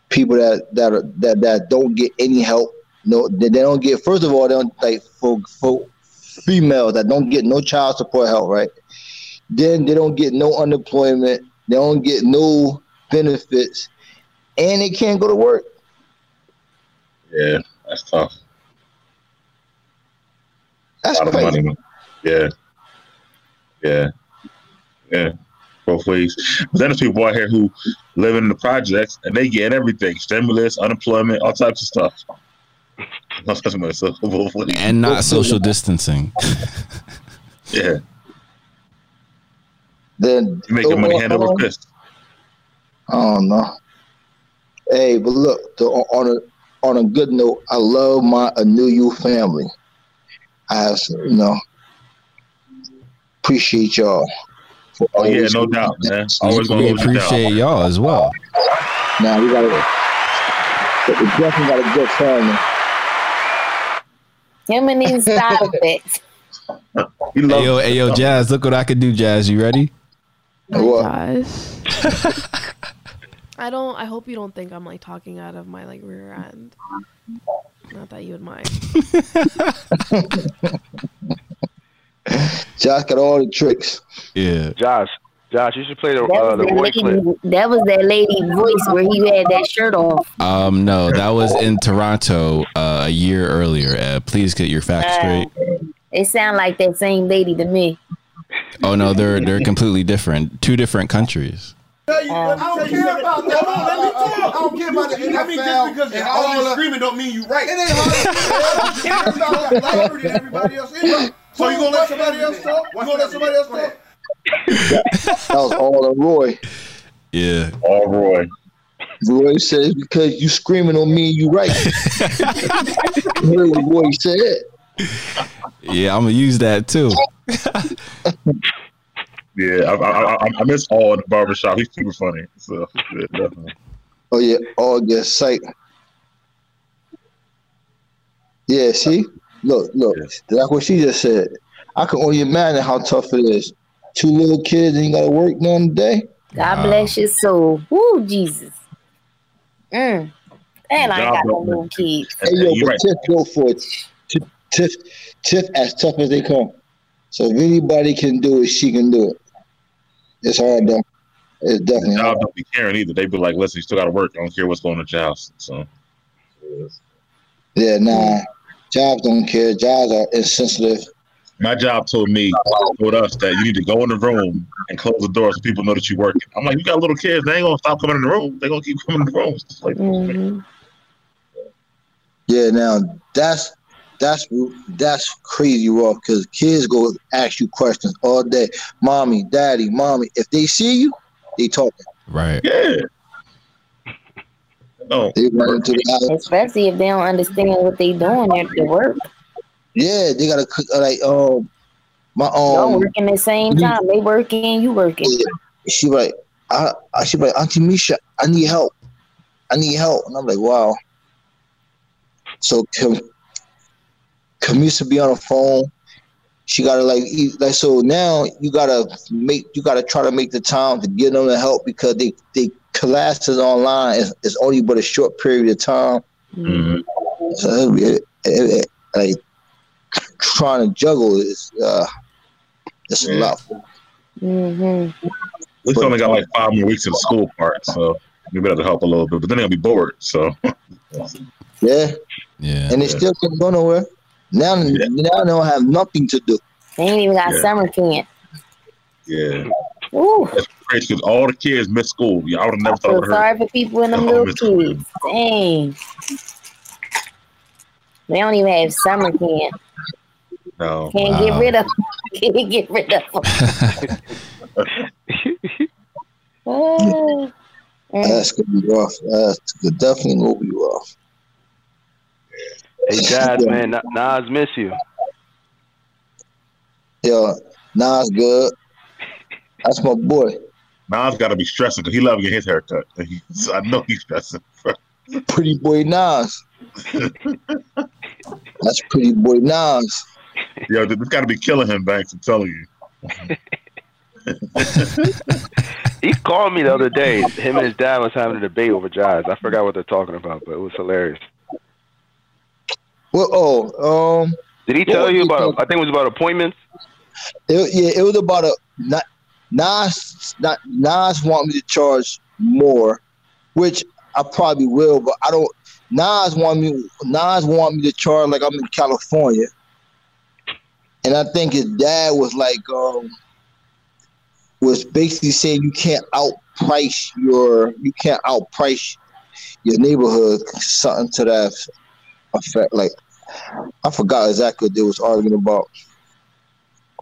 Speaker 1: people that that are, that that don't get any help? No, they, they don't get. First of all, they don't like for for females that don't get no child support help, right? Then they don't get no unemployment. They don't get no benefits, and they can't go to work.
Speaker 3: Yeah, that's tough.
Speaker 1: That's
Speaker 3: a lot of
Speaker 1: crazy.
Speaker 3: money. man. Yeah. Yeah. Yeah. Both ways. But then there's people out here who live in the projects and they get everything. Stimulus, unemployment, all types of stuff. Not stimulus, so both ways.
Speaker 5: And not social distancing.
Speaker 3: Yeah.
Speaker 1: Then
Speaker 3: You make your money hand over fist.
Speaker 1: I don't know. Hey, but look, the, on a on a good note, I love my Anuyu family. I have, you know appreciate y'all. for
Speaker 3: Oh yeah,
Speaker 1: always-
Speaker 3: no doubt, man. Always gonna
Speaker 5: We
Speaker 3: hold you down.
Speaker 5: appreciate y'all as well.
Speaker 1: Now we gotta we definitely got a good family.
Speaker 2: Him and these side effects.
Speaker 3: He
Speaker 5: Hey
Speaker 3: loves
Speaker 5: yo, hey yo, Jazz, look what I could do, Jazz. You ready?
Speaker 6: My
Speaker 1: What?
Speaker 6: gosh. I don't. I hope you don't think I'm like talking out of my like rear end. Not that you would mind.
Speaker 1: Josh got all the tricks.
Speaker 5: Yeah.
Speaker 4: Josh, Josh, you should play the
Speaker 2: That was,
Speaker 4: uh, the
Speaker 2: that,
Speaker 4: boy clip.
Speaker 2: lady, that was that lady voice where he had that shirt off.
Speaker 5: Um, no, that was in Toronto uh, a year earlier. Ed. Please get your facts
Speaker 2: Uh,
Speaker 5: straight.
Speaker 2: It sounded like that same lady to me.
Speaker 5: Oh no, they're they're completely different. Two different countries.
Speaker 2: Uh,
Speaker 7: I don't care about that. I don't care about the NFL.
Speaker 8: I mean, just because
Speaker 7: and
Speaker 8: you're
Speaker 7: all
Speaker 8: always
Speaker 7: of-
Speaker 8: screaming don't mean you
Speaker 7: It
Speaker 8: right.
Speaker 7: ain't hard. to- I don't care about that louder than everybody else. is. So you gonna let somebody else talk? You gonna let somebody else talk?
Speaker 1: That was all of Roy.
Speaker 5: Yeah.
Speaker 3: all Roy.
Speaker 1: Roy says because you screaming on me, you right. You heard what Roy said.
Speaker 5: Yeah, I'm gonna use that too.
Speaker 3: Yeah, I, I, I, I miss all in the barbershop. He's super funny. So yeah, definitely.
Speaker 1: Oh yeah, all the sight. Yeah, see, look, look,
Speaker 3: Yes.
Speaker 1: like what she just said. I can only imagine how tough it is. Two little kids and you gotta work during the day.
Speaker 2: God bless your soul. Woo, Jesus. Mm. And I ain't got no
Speaker 3: God bless
Speaker 2: little kids.
Speaker 1: Hey, yo,
Speaker 3: you
Speaker 1: but
Speaker 3: right.
Speaker 1: Tiff go for it. Tiff, Tiff, Tiff, as tough as they come. So if anybody can do it, she can do it. It's hard though. It's definitely
Speaker 3: Job
Speaker 1: hard.
Speaker 3: don't be caring either. They be like, listen, you still got to work. I don't care what's going on at your house. So
Speaker 1: Yeah, nah. Jobs don't care. Jobs are insensitive.
Speaker 3: my job told me, told us that you need to go in the room and close the door so people know that you're working. I'm like, you got little kids. They ain't gonna stop coming in the room. They gonna keep coming in the room. It's like,
Speaker 2: Mhm.
Speaker 1: Yeah, now that's that's that's crazy, Rob, because kids go ask you questions all day. Mommy, daddy, mommy. If they see you, they talk.
Speaker 5: Right.
Speaker 3: yeah. No,
Speaker 1: They run into the house.
Speaker 2: Especially if they don't understand what they doing at the work.
Speaker 1: Yeah, they gotta cook- like um my
Speaker 2: Y'all
Speaker 1: um
Speaker 2: working the same time. They working, you working.
Speaker 1: she like I, I she like Auntie Misha, I need help. I need help. And I'm like, wow. So Cam, Camisa be on the phone. She gotta like eat, like so now you gotta make you gotta try to make the time to get them the help because they they classes online is, is only but a short period of time. Mm-hmm.
Speaker 3: Mhm.
Speaker 1: So it'd be- it- it- like trying to juggle is uh it's a lot.
Speaker 2: hmm
Speaker 3: we still only got like five more weeks of the school part, so we better to help a little bit. But then they'll be bored. So
Speaker 1: Yeah.
Speaker 5: Yeah.
Speaker 1: and they still can't go nowhere. Now,
Speaker 3: Yeah.
Speaker 1: now they don't have nothing to do.
Speaker 2: They ain't even got
Speaker 3: Yeah.
Speaker 2: summer camp.
Speaker 3: yeah,
Speaker 2: Ooh,
Speaker 3: crazy because all the kids miss school. Yeah, I would have
Speaker 2: I
Speaker 3: never thought
Speaker 2: feel
Speaker 3: of Oh, her.
Speaker 2: sorry for people and them
Speaker 3: Oh,
Speaker 2: little
Speaker 3: Miss-
Speaker 2: kids. Dang. They don't even have summer camp.
Speaker 3: No,
Speaker 2: Can't get
Speaker 5: Wow.
Speaker 2: rid of Can't get rid of them. Oh. Mm.
Speaker 1: That's gonna be rough. That's gonna definitely gonna be rough.
Speaker 4: Hey, Jazz, man, Na- Nas miss you.
Speaker 1: Yeah, Nas good. That's my boy.
Speaker 3: Nas got to be stressing because he love getting his haircut. So I know he's stressing.
Speaker 1: Pretty boy Nas. That's pretty boy Nas.
Speaker 3: Yo, this got to be killing him, Banks. I'm telling you.
Speaker 4: He called me the other day. Him and his dad was having a debate over Jazz. I forgot what they're talking about, but it was hilarious.
Speaker 1: Well, oh, um,
Speaker 4: Did he tell you about? I think it was about appointments.
Speaker 1: it, yeah, it was about a not, Nas. Not Nas want me to charge more, which I probably will, but I don't. Nas want me. Nas want me to charge like I'm in California, and I think his dad was like, um, was basically saying you can't outprice your, you can't outprice your neighborhood, something to that effect. Like, I forgot exactly what they was arguing about.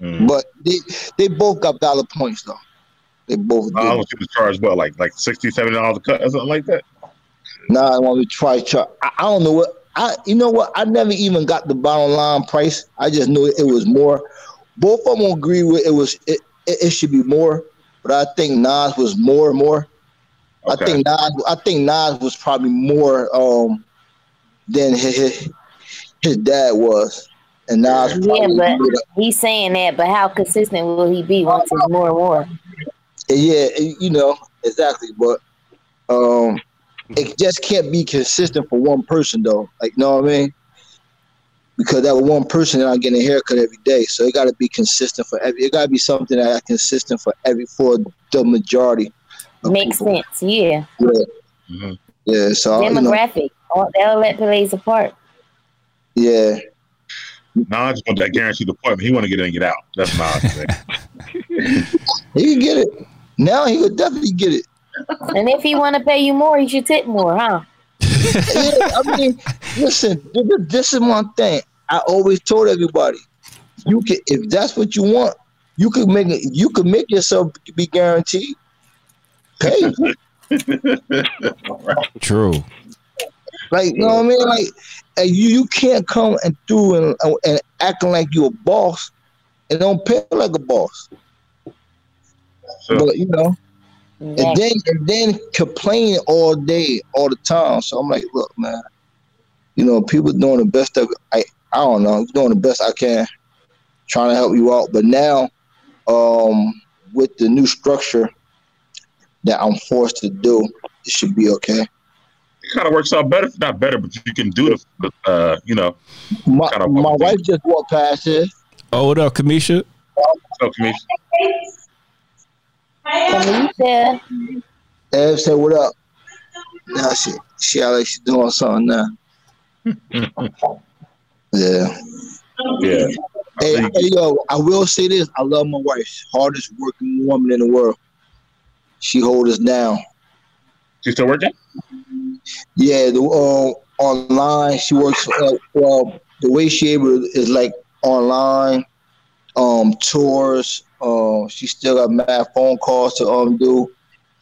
Speaker 3: Mm.
Speaker 1: But they they both got dollar points though. They both
Speaker 3: I
Speaker 1: did.
Speaker 3: was going to charge what, like like sixty, seventy dollars a cut or something like that.
Speaker 1: Nah, I want to try. try. I, I don't know what I. You know what? I never even got the bottom line price. I just knew it was more. Both of them agree with it was it, it, it should be more, but I think Nas was more more.
Speaker 3: Okay.
Speaker 1: I think Nas I think Nas was probably more um than his his, his dad was. and Nas
Speaker 2: Yeah,
Speaker 1: probably
Speaker 2: but
Speaker 1: would
Speaker 2: he's saying that, but how consistent will he be once it's more and more?
Speaker 1: And yeah, and, you know exactly, but um, it just can't be consistent for one person though. Like, know what I mean? Because that one person not getting a haircut every day, so it got to be consistent for every. It got to be something that's consistent for every for the majority. of
Speaker 2: Makes
Speaker 1: people.
Speaker 2: sense, yeah.
Speaker 1: Yeah,
Speaker 3: Mhm.
Speaker 1: yeah. So Oh, you know,
Speaker 2: Demographic, all, all that plays a part.
Speaker 1: yeah,
Speaker 3: Nah, I just want that guaranteed appointment. He want to get in and get out. That's Nas. thing.
Speaker 1: he could get it. Now he would definitely get it.
Speaker 2: And if he want to pay you more, he should tip more, huh?
Speaker 1: yeah, I mean, listen, th- th- this is one thing I always told everybody. You can, if that's what you want, you could make it. You could make yourself be guaranteed. Hey,
Speaker 5: True.
Speaker 1: like you know what I mean? Like, and you you can't come and do and, and acting like you're a boss and don't pay like a boss.
Speaker 3: So-
Speaker 1: But you know, and
Speaker 2: Exactly.
Speaker 1: then and then complaining all day, all the time. So I'm like, look, man, you know, people doing the best that I I don't know, doing the best I can, trying to help you out. But now, um, with the new structure that I'm forced to do, it should be okay.
Speaker 3: it kind of works out better. Not better, but you can do the, the uh, you know,
Speaker 1: My
Speaker 3: Kinda
Speaker 1: my
Speaker 3: fucking
Speaker 1: wife just walked past here.
Speaker 5: Oh, what up, Kamisha?
Speaker 3: so can we-
Speaker 2: Kamisha,
Speaker 1: Ev said, "What up?" Now she she out like she's doing something now. yeah.
Speaker 3: yeah.
Speaker 1: Hey, hey, yo, I will say this. I love my wife. Hardest working woman in the world. She hold us down.
Speaker 3: You still working?
Speaker 1: Yeah, the uh, online she works. Uh, well, the way she able is like online um tours. Um, she still got mad phone calls to um do.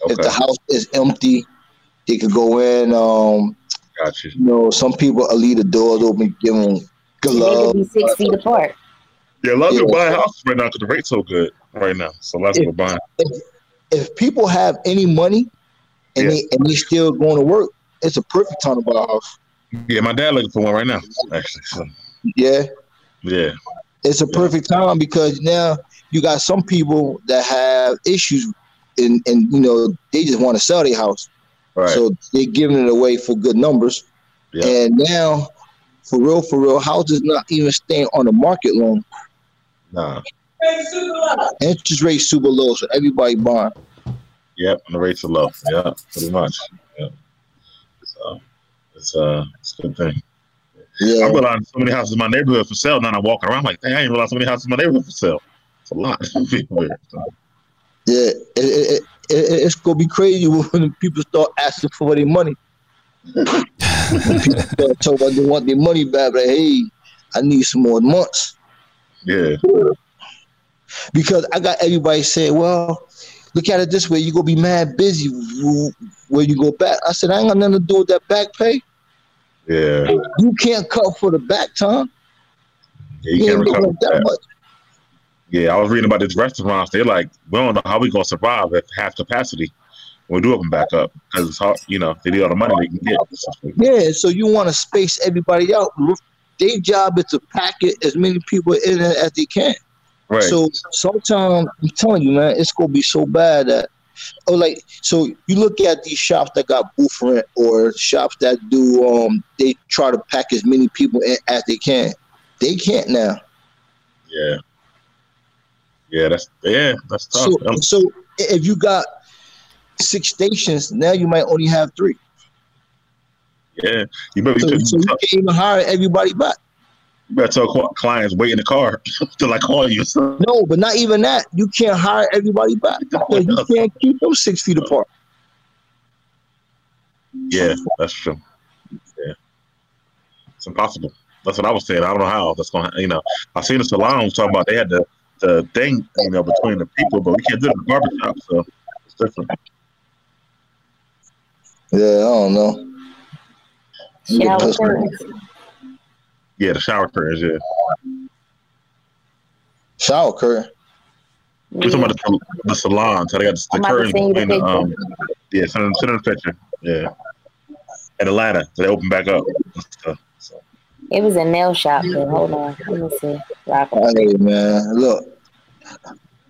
Speaker 1: If
Speaker 3: Okay,
Speaker 1: the house is empty, they could go in. Um,
Speaker 3: got you.
Speaker 1: you know, some people will leave the doors open, give them
Speaker 2: they could
Speaker 1: gloves.
Speaker 2: be six feet apart.
Speaker 3: Yeah, a lot of people
Speaker 1: Yeah.
Speaker 3: buying houses right now because the rate's so good right now. So lots of people buying.
Speaker 1: If people have any money, and
Speaker 3: Yeah.
Speaker 1: they and they still going to work, it's a perfect time to buy a house.
Speaker 3: Yeah, my dad looking for one right now. Actually, so
Speaker 1: Yeah.
Speaker 3: yeah,
Speaker 1: it's a perfect time because now you got some people that have issues and and you know they just want to sell their house
Speaker 3: right.
Speaker 1: so they're giving it away for good numbers
Speaker 3: Yeah.
Speaker 1: and now for real for real houses not even staying on the market long
Speaker 3: nah,
Speaker 1: interest rate super low so everybody buying
Speaker 3: yep, and the rates are low. Yeah, pretty much. Yeah. So it's uh, it's a good thing. I
Speaker 1: yeah
Speaker 3: realized so many houses in my neighborhood for sale. Now I'm walking around like, dang, I didn't realize so many houses in my neighborhood for sale. It's a lot. Weird.
Speaker 1: yeah it, it, it, it- it's gonna be crazy when people start asking for their money When people start talking about they want their money back like hey i need some more months
Speaker 3: yeah,
Speaker 1: because I got everybody saying, "Well, look at it this way: you gonna be mad busy w- when you go back." I said, "I ain't got nothing to do with that back pay.
Speaker 3: yeah. yeah
Speaker 1: You can't cut for the back time.
Speaker 3: you can't
Speaker 1: ain't
Speaker 3: recover
Speaker 1: doing
Speaker 3: from
Speaker 1: that
Speaker 3: that.
Speaker 1: much.
Speaker 3: Yeah, I was reading about these restaurants. They're like, we don't know how we gonna survive at half capacity. when We do open back up because it's hard. You know, they need all the money they can get.
Speaker 1: Yeah, so you want to space everybody out. Their job is to pack it as many people in it as they can.
Speaker 3: Right.
Speaker 1: So sometimes I'm telling you, man, it's gonna be so bad that oh like so you look at these shops that got booth rent or shops that do um they try to pack as many people in as they can. They can't now.
Speaker 3: yeah. Yeah, that's yeah, that's tough.
Speaker 1: So
Speaker 3: Um,
Speaker 1: so if you got six stations, now you might only have three.
Speaker 3: yeah, you better,
Speaker 1: So,
Speaker 3: you,
Speaker 1: so you
Speaker 3: better-
Speaker 1: can't even hire everybody back.
Speaker 3: you better tell cl- clients wait in the car till I call you.
Speaker 1: No, but not even that. You can't hire everybody back. because You can't keep them six feet apart.
Speaker 3: Yeah, that's true. Yeah, it's impossible. That's what I was saying. I don't know how that's gonna. You know, I seen the salon talking about they had the the thing you know between the people, but we can't do it in the barbershop, so it's different.
Speaker 1: Yeah, I don't know.
Speaker 2: Shower
Speaker 1: Because-
Speaker 2: curtains.
Speaker 3: Yeah, the shower curtains. Yeah,
Speaker 1: Shower curtain.
Speaker 3: we're talking about the, the salons. How they got the,
Speaker 2: I'm
Speaker 3: the
Speaker 2: about to
Speaker 3: curtains.
Speaker 2: send you the
Speaker 3: between the, um, yeah, send them, send them the picture. Yeah, in Atlanta, so they open back up. and stuff, so.
Speaker 2: It was a nail shop, but hold on. Let me see. Rock.
Speaker 1: Hey man, look.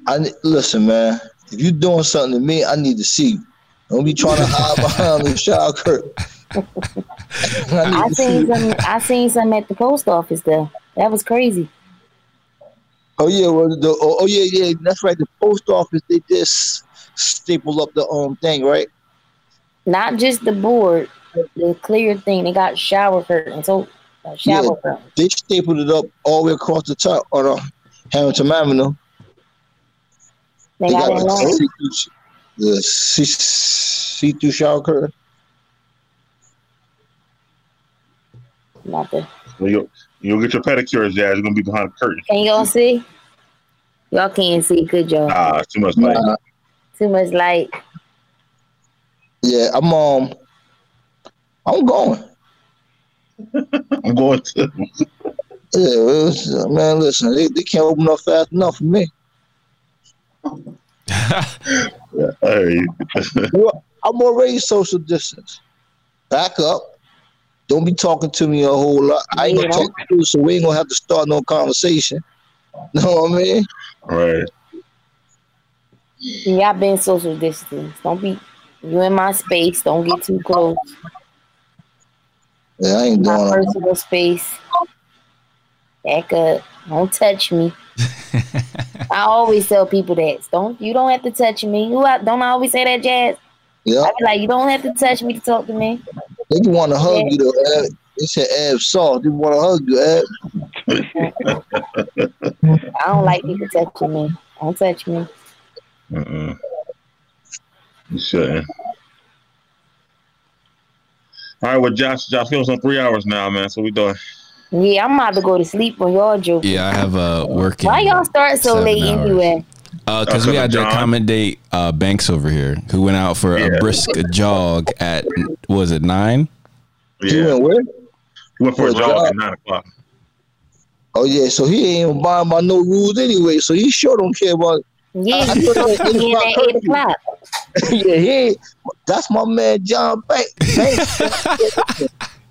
Speaker 1: I ne- listen, man. If you doing something to me, I need to see you. Don't be trying to hide behind the shower curtain. I need
Speaker 2: I
Speaker 1: to see
Speaker 2: seen
Speaker 1: you.
Speaker 2: some. I seen some at the post office though. That was crazy.
Speaker 1: Oh yeah, well, the, oh, oh yeah, yeah. That's right. The post office they just staple up the um thing, right?
Speaker 2: Not just the board, the clear thing. They got shower curtains. So uh, shower
Speaker 1: Yeah.
Speaker 2: curtains.
Speaker 1: They stapled it up all the way across the top on uh, Hamilton Avenue.
Speaker 2: They, got, it
Speaker 1: like,
Speaker 2: long.
Speaker 1: see-through sh- the see- see-through shower curtain.
Speaker 2: Not the-
Speaker 3: When you you'll get your pedicures, Jazz. You're gonna be behind the curtain.
Speaker 2: Can y'all see? Y'all can't see. Good job.
Speaker 3: Ah, it's too much light.
Speaker 1: Nah,
Speaker 2: Too much light.
Speaker 1: yeah, I'm um, I'm going.
Speaker 3: I'm going to.
Speaker 1: Yeah, it was- uh, man, listen, they, they can't open up fast enough for me.
Speaker 3: Hey,
Speaker 1: I'm already social distance. Back up. Don't be talking to me a whole lot. I ain't gonna
Speaker 2: Yeah.
Speaker 1: talk to you, so we ain't gonna have to start no conversation. Know what I mean?
Speaker 3: right.
Speaker 2: Y'all been social distance. Don't be you in my space. Don't get too close.
Speaker 1: Yeah, I ain't
Speaker 2: My
Speaker 1: doing it.
Speaker 2: personal space. Back up. Don't touch me. I always tell people that. Don't you don't have to touch me. You out- don't I always say that, Jazz.
Speaker 1: Yeah,
Speaker 2: I be like, you don't have to touch me to talk to me.
Speaker 1: they want to hug
Speaker 2: Yeah.
Speaker 1: you though. Ab. They said Ab soft. They want to hug you, Ab.
Speaker 2: I don't like people touching me. Don't touch me.
Speaker 3: Mm-mm. uh-uh. You shouldn't. All right, well, Josh, Josh, it was on three hours now, man. So we doing.
Speaker 2: Yeah, I'm about to go to sleep on y'all joke.
Speaker 5: yeah, I have a uh, working.
Speaker 2: Why y'all start so
Speaker 5: Seven
Speaker 2: late
Speaker 5: hours.
Speaker 2: anyway?
Speaker 3: That's
Speaker 5: Because we
Speaker 3: up
Speaker 5: had
Speaker 3: to
Speaker 5: to
Speaker 3: John.
Speaker 5: accommodate uh, Banks over here, who went out for
Speaker 3: Yeah.
Speaker 5: a brisk jog at was it nine?
Speaker 1: You
Speaker 3: Yeah,
Speaker 1: went where?
Speaker 3: we went for a
Speaker 1: Good
Speaker 3: jog
Speaker 1: job.
Speaker 3: at nine o'clock.
Speaker 1: Oh yeah, so he ain't even buying by no rules anyway. So he sure don't care about.
Speaker 2: Yeah,
Speaker 1: I thought
Speaker 2: you supposed to
Speaker 1: it was
Speaker 2: be in
Speaker 1: my
Speaker 2: at eight
Speaker 1: curfew.
Speaker 2: o'clock.
Speaker 1: yeah, he ain't. That's my man, John Banks. Banks.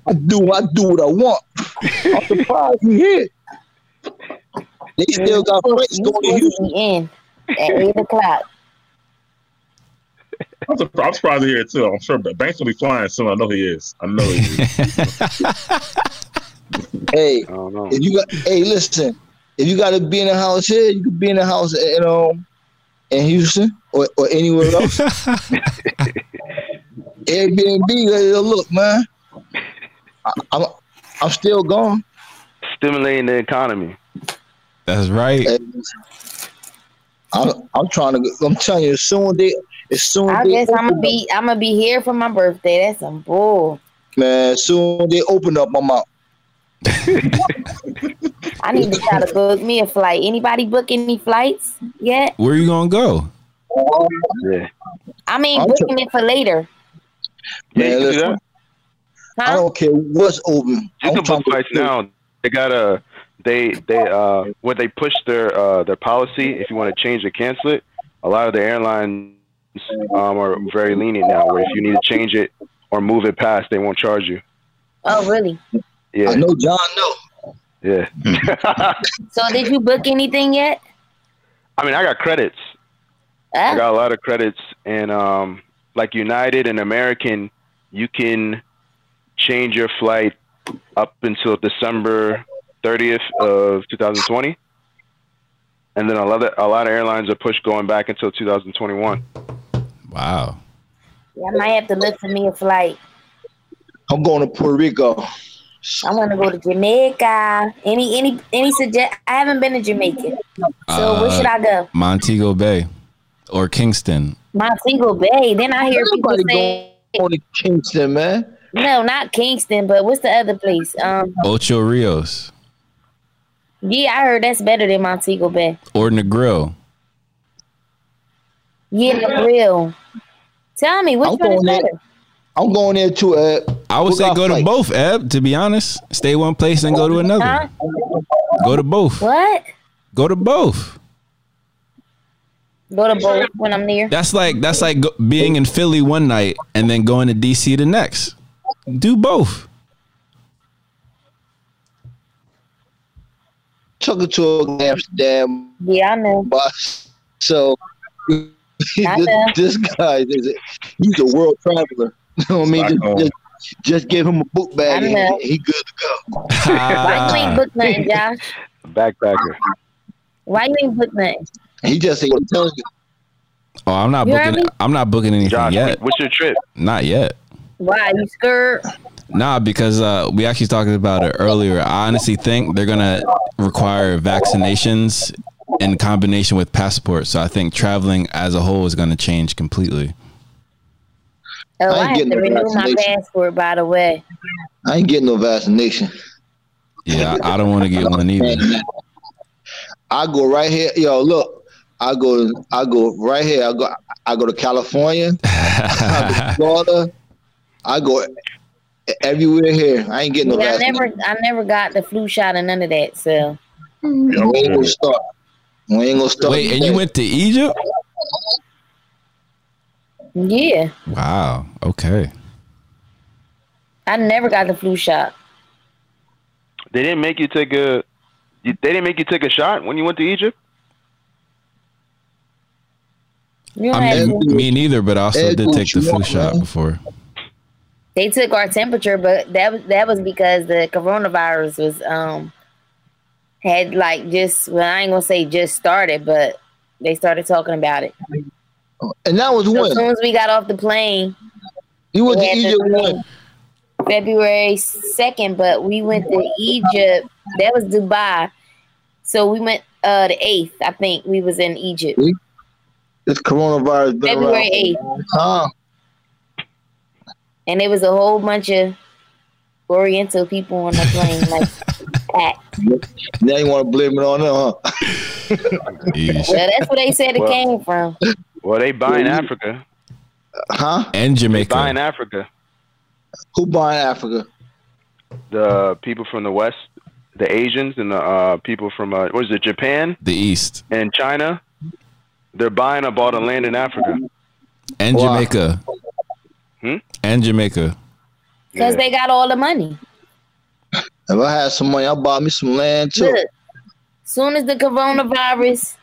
Speaker 1: I do, I do what I want. I'm surprised he here. They still got
Speaker 2: You
Speaker 1: fights going to
Speaker 2: supposed
Speaker 1: Houston.
Speaker 2: to be in at eight o'clock.
Speaker 3: I'm, surprised- I'm surprised to hear it too. I'm sure Banks will be flying soon. I know he is. I know he is.
Speaker 1: Hey,
Speaker 4: I don't know.
Speaker 1: if you got, hey, listen, if you got to be in the house here, you could be in the house in um in Houston or, or anywhere else. Airbnb, let it look, man. I, I'm I'm still gone.
Speaker 4: Stimulating the economy.
Speaker 5: That's right.
Speaker 1: Hey, I'm, I'm trying to. go- I'm telling you, as soon they, as soon
Speaker 2: I
Speaker 1: they
Speaker 2: guess
Speaker 1: open
Speaker 2: I'm gonna
Speaker 1: up-
Speaker 2: be I'm gonna be here for my birthday. That's some bull.
Speaker 1: man. As soon they open up, I'm out.
Speaker 2: I need to try to book me a flight. Anybody book any flights yet?
Speaker 5: Where you gonna go?
Speaker 4: Yeah.
Speaker 2: I mean,
Speaker 1: I'm
Speaker 2: booking it for later.
Speaker 4: Yeah,
Speaker 1: Man,
Speaker 4: you can do
Speaker 1: listen,
Speaker 4: that.
Speaker 1: I
Speaker 2: Huh?
Speaker 1: don't care what's open.
Speaker 4: You
Speaker 1: I'm
Speaker 4: can book
Speaker 1: trying to-
Speaker 4: flights now. They got a they they uh when they push their uh their policy if you want to change or cancel it, a lot of the airlines um are very lenient now where if you need to change it or move it past they won't charge you.
Speaker 2: Oh, really?
Speaker 1: I
Speaker 4: Yeah.
Speaker 1: know John. No,
Speaker 4: Yeah.
Speaker 5: Hmm.
Speaker 2: So, did you book anything yet?
Speaker 4: I mean I got credits. I
Speaker 2: Huh?
Speaker 4: got a lot of credits, and um, like United and American, you can change your flight up until December 30th of 2020, and then a lot of a lot of airlines are pushed going back until 2021.
Speaker 5: Wow.
Speaker 2: Yeah, I might have to look for me a flight.
Speaker 1: I'm going to Puerto Rico.
Speaker 2: I want to go to Jamaica. Any any any suggest? I haven't been to Jamaica. So where
Speaker 5: Uh,
Speaker 2: should I go?
Speaker 5: Montego Bay or Kingston.
Speaker 2: Montego Bay. Then I hear people
Speaker 1: Nobody
Speaker 2: saying,
Speaker 1: going to Kingston, man.
Speaker 2: no, not Kingston, but what's the other place? Um,
Speaker 5: Ocho Rios
Speaker 2: yeah, I heard that's better than Montego Bay.
Speaker 5: or Negril.
Speaker 2: Yeah, the grill. Tell me which
Speaker 1: I'm
Speaker 2: one is
Speaker 1: going
Speaker 2: better.
Speaker 1: I'm going there too. Uh,
Speaker 5: I would
Speaker 1: Book
Speaker 5: say
Speaker 1: our
Speaker 5: go to
Speaker 1: flights.
Speaker 5: both, Eb, to be honest. Stay one place and go to
Speaker 2: Huh?
Speaker 5: another. Go to both.
Speaker 2: What?
Speaker 5: Go to both.
Speaker 2: Go to both when I'm near.
Speaker 5: That's like that's like go, being in Philly one night and then going to DC the next. Do both.
Speaker 1: took her to a Amsterdam
Speaker 2: Yeah, I know.
Speaker 1: bus. So this,
Speaker 2: know.
Speaker 1: this guy is a, he's a world traveler. You know what I mean?
Speaker 3: Rock on.
Speaker 1: Just, just, just give him a book bag
Speaker 2: I
Speaker 1: and
Speaker 2: know.
Speaker 1: he, he good to go.
Speaker 2: Why you ain't
Speaker 5: Ah,
Speaker 2: book nothing, Josh?
Speaker 4: Backpacker.
Speaker 2: Why you ain't book nothing?
Speaker 1: He just ain't telling you.
Speaker 5: oh, I'm not
Speaker 2: You heard
Speaker 5: booking.
Speaker 2: me?
Speaker 5: I'm not booking anything
Speaker 4: Josh,
Speaker 5: yet.
Speaker 4: what's your trip?
Speaker 5: Not yet.
Speaker 2: Why you scared?
Speaker 5: Nah, because uh, we actually talked about it earlier. I honestly think they're gonna require vaccinations in combination with passports. So I think traveling as a whole is gonna change completely.
Speaker 1: I
Speaker 2: Oh,
Speaker 1: ain't
Speaker 2: I, have
Speaker 1: getting
Speaker 2: to
Speaker 1: no
Speaker 2: renew my
Speaker 1: vaccination.
Speaker 2: passport, by the way.
Speaker 1: I ain't getting no vaccination.
Speaker 5: Yeah, I, I don't want to get one either.
Speaker 1: I go right here. Yo, look. I go. I go right here. I go. I go to California. I go to Florida. I go e- everywhere here. I ain't getting no
Speaker 2: Yeah, I
Speaker 1: vaccination.
Speaker 2: never, I never got the flu shot or none of that. So
Speaker 1: we ain't gonna start. We ain't gonna start.
Speaker 5: Wait, and you went to Egypt?
Speaker 2: yeah,
Speaker 5: Wow. Okay.
Speaker 2: I never got the flu shot.
Speaker 4: They didn't make you take a. you- They didn't make you take a shot when you went to Egypt.
Speaker 2: You don't
Speaker 5: I
Speaker 2: have to.
Speaker 5: mean, me neither, but I also
Speaker 1: Ed,
Speaker 5: did
Speaker 1: what
Speaker 5: take the
Speaker 1: you
Speaker 5: flu
Speaker 1: want,
Speaker 5: shot
Speaker 1: man?
Speaker 5: before.
Speaker 2: They took our temperature, but that was that was because the coronavirus was um had like just well, I ain't gonna say just started, but they started talking about it.
Speaker 1: and that was
Speaker 2: So as
Speaker 1: when
Speaker 2: soon as we got off the plane,
Speaker 1: you went to
Speaker 2: Yeah,
Speaker 1: Egypt.
Speaker 2: that's
Speaker 1: When
Speaker 2: February second, but we went to Egypt. That was Dubai. So we went uh the eighth, I think we was in Egypt.
Speaker 1: this coronavirus been
Speaker 2: February eighth.
Speaker 1: around. Huh?
Speaker 2: And there was a whole bunch of Oriental people on the plane, like that.
Speaker 1: Now you want to blame it on them, huh?
Speaker 5: Yeesh.
Speaker 2: Well, that's where they said it
Speaker 4: Well-
Speaker 2: came from.
Speaker 4: Well, they buy in Africa.
Speaker 1: Huh?
Speaker 5: And
Speaker 4: They buy in
Speaker 5: Jamaica.
Speaker 4: Africa.
Speaker 1: Who buying Africa?
Speaker 4: The people from the West, the Asians, and the uh, people from uh, what is it, Japan
Speaker 5: The East.
Speaker 4: and China. They're buying up all the land in Africa.
Speaker 5: And
Speaker 1: Wow.
Speaker 5: Jamaica.
Speaker 4: Hmm?
Speaker 5: And Jamaica.
Speaker 2: Because they got all the money.
Speaker 1: If I had some money, I'd buy me some land too.
Speaker 2: Look, soon as the coronavirus,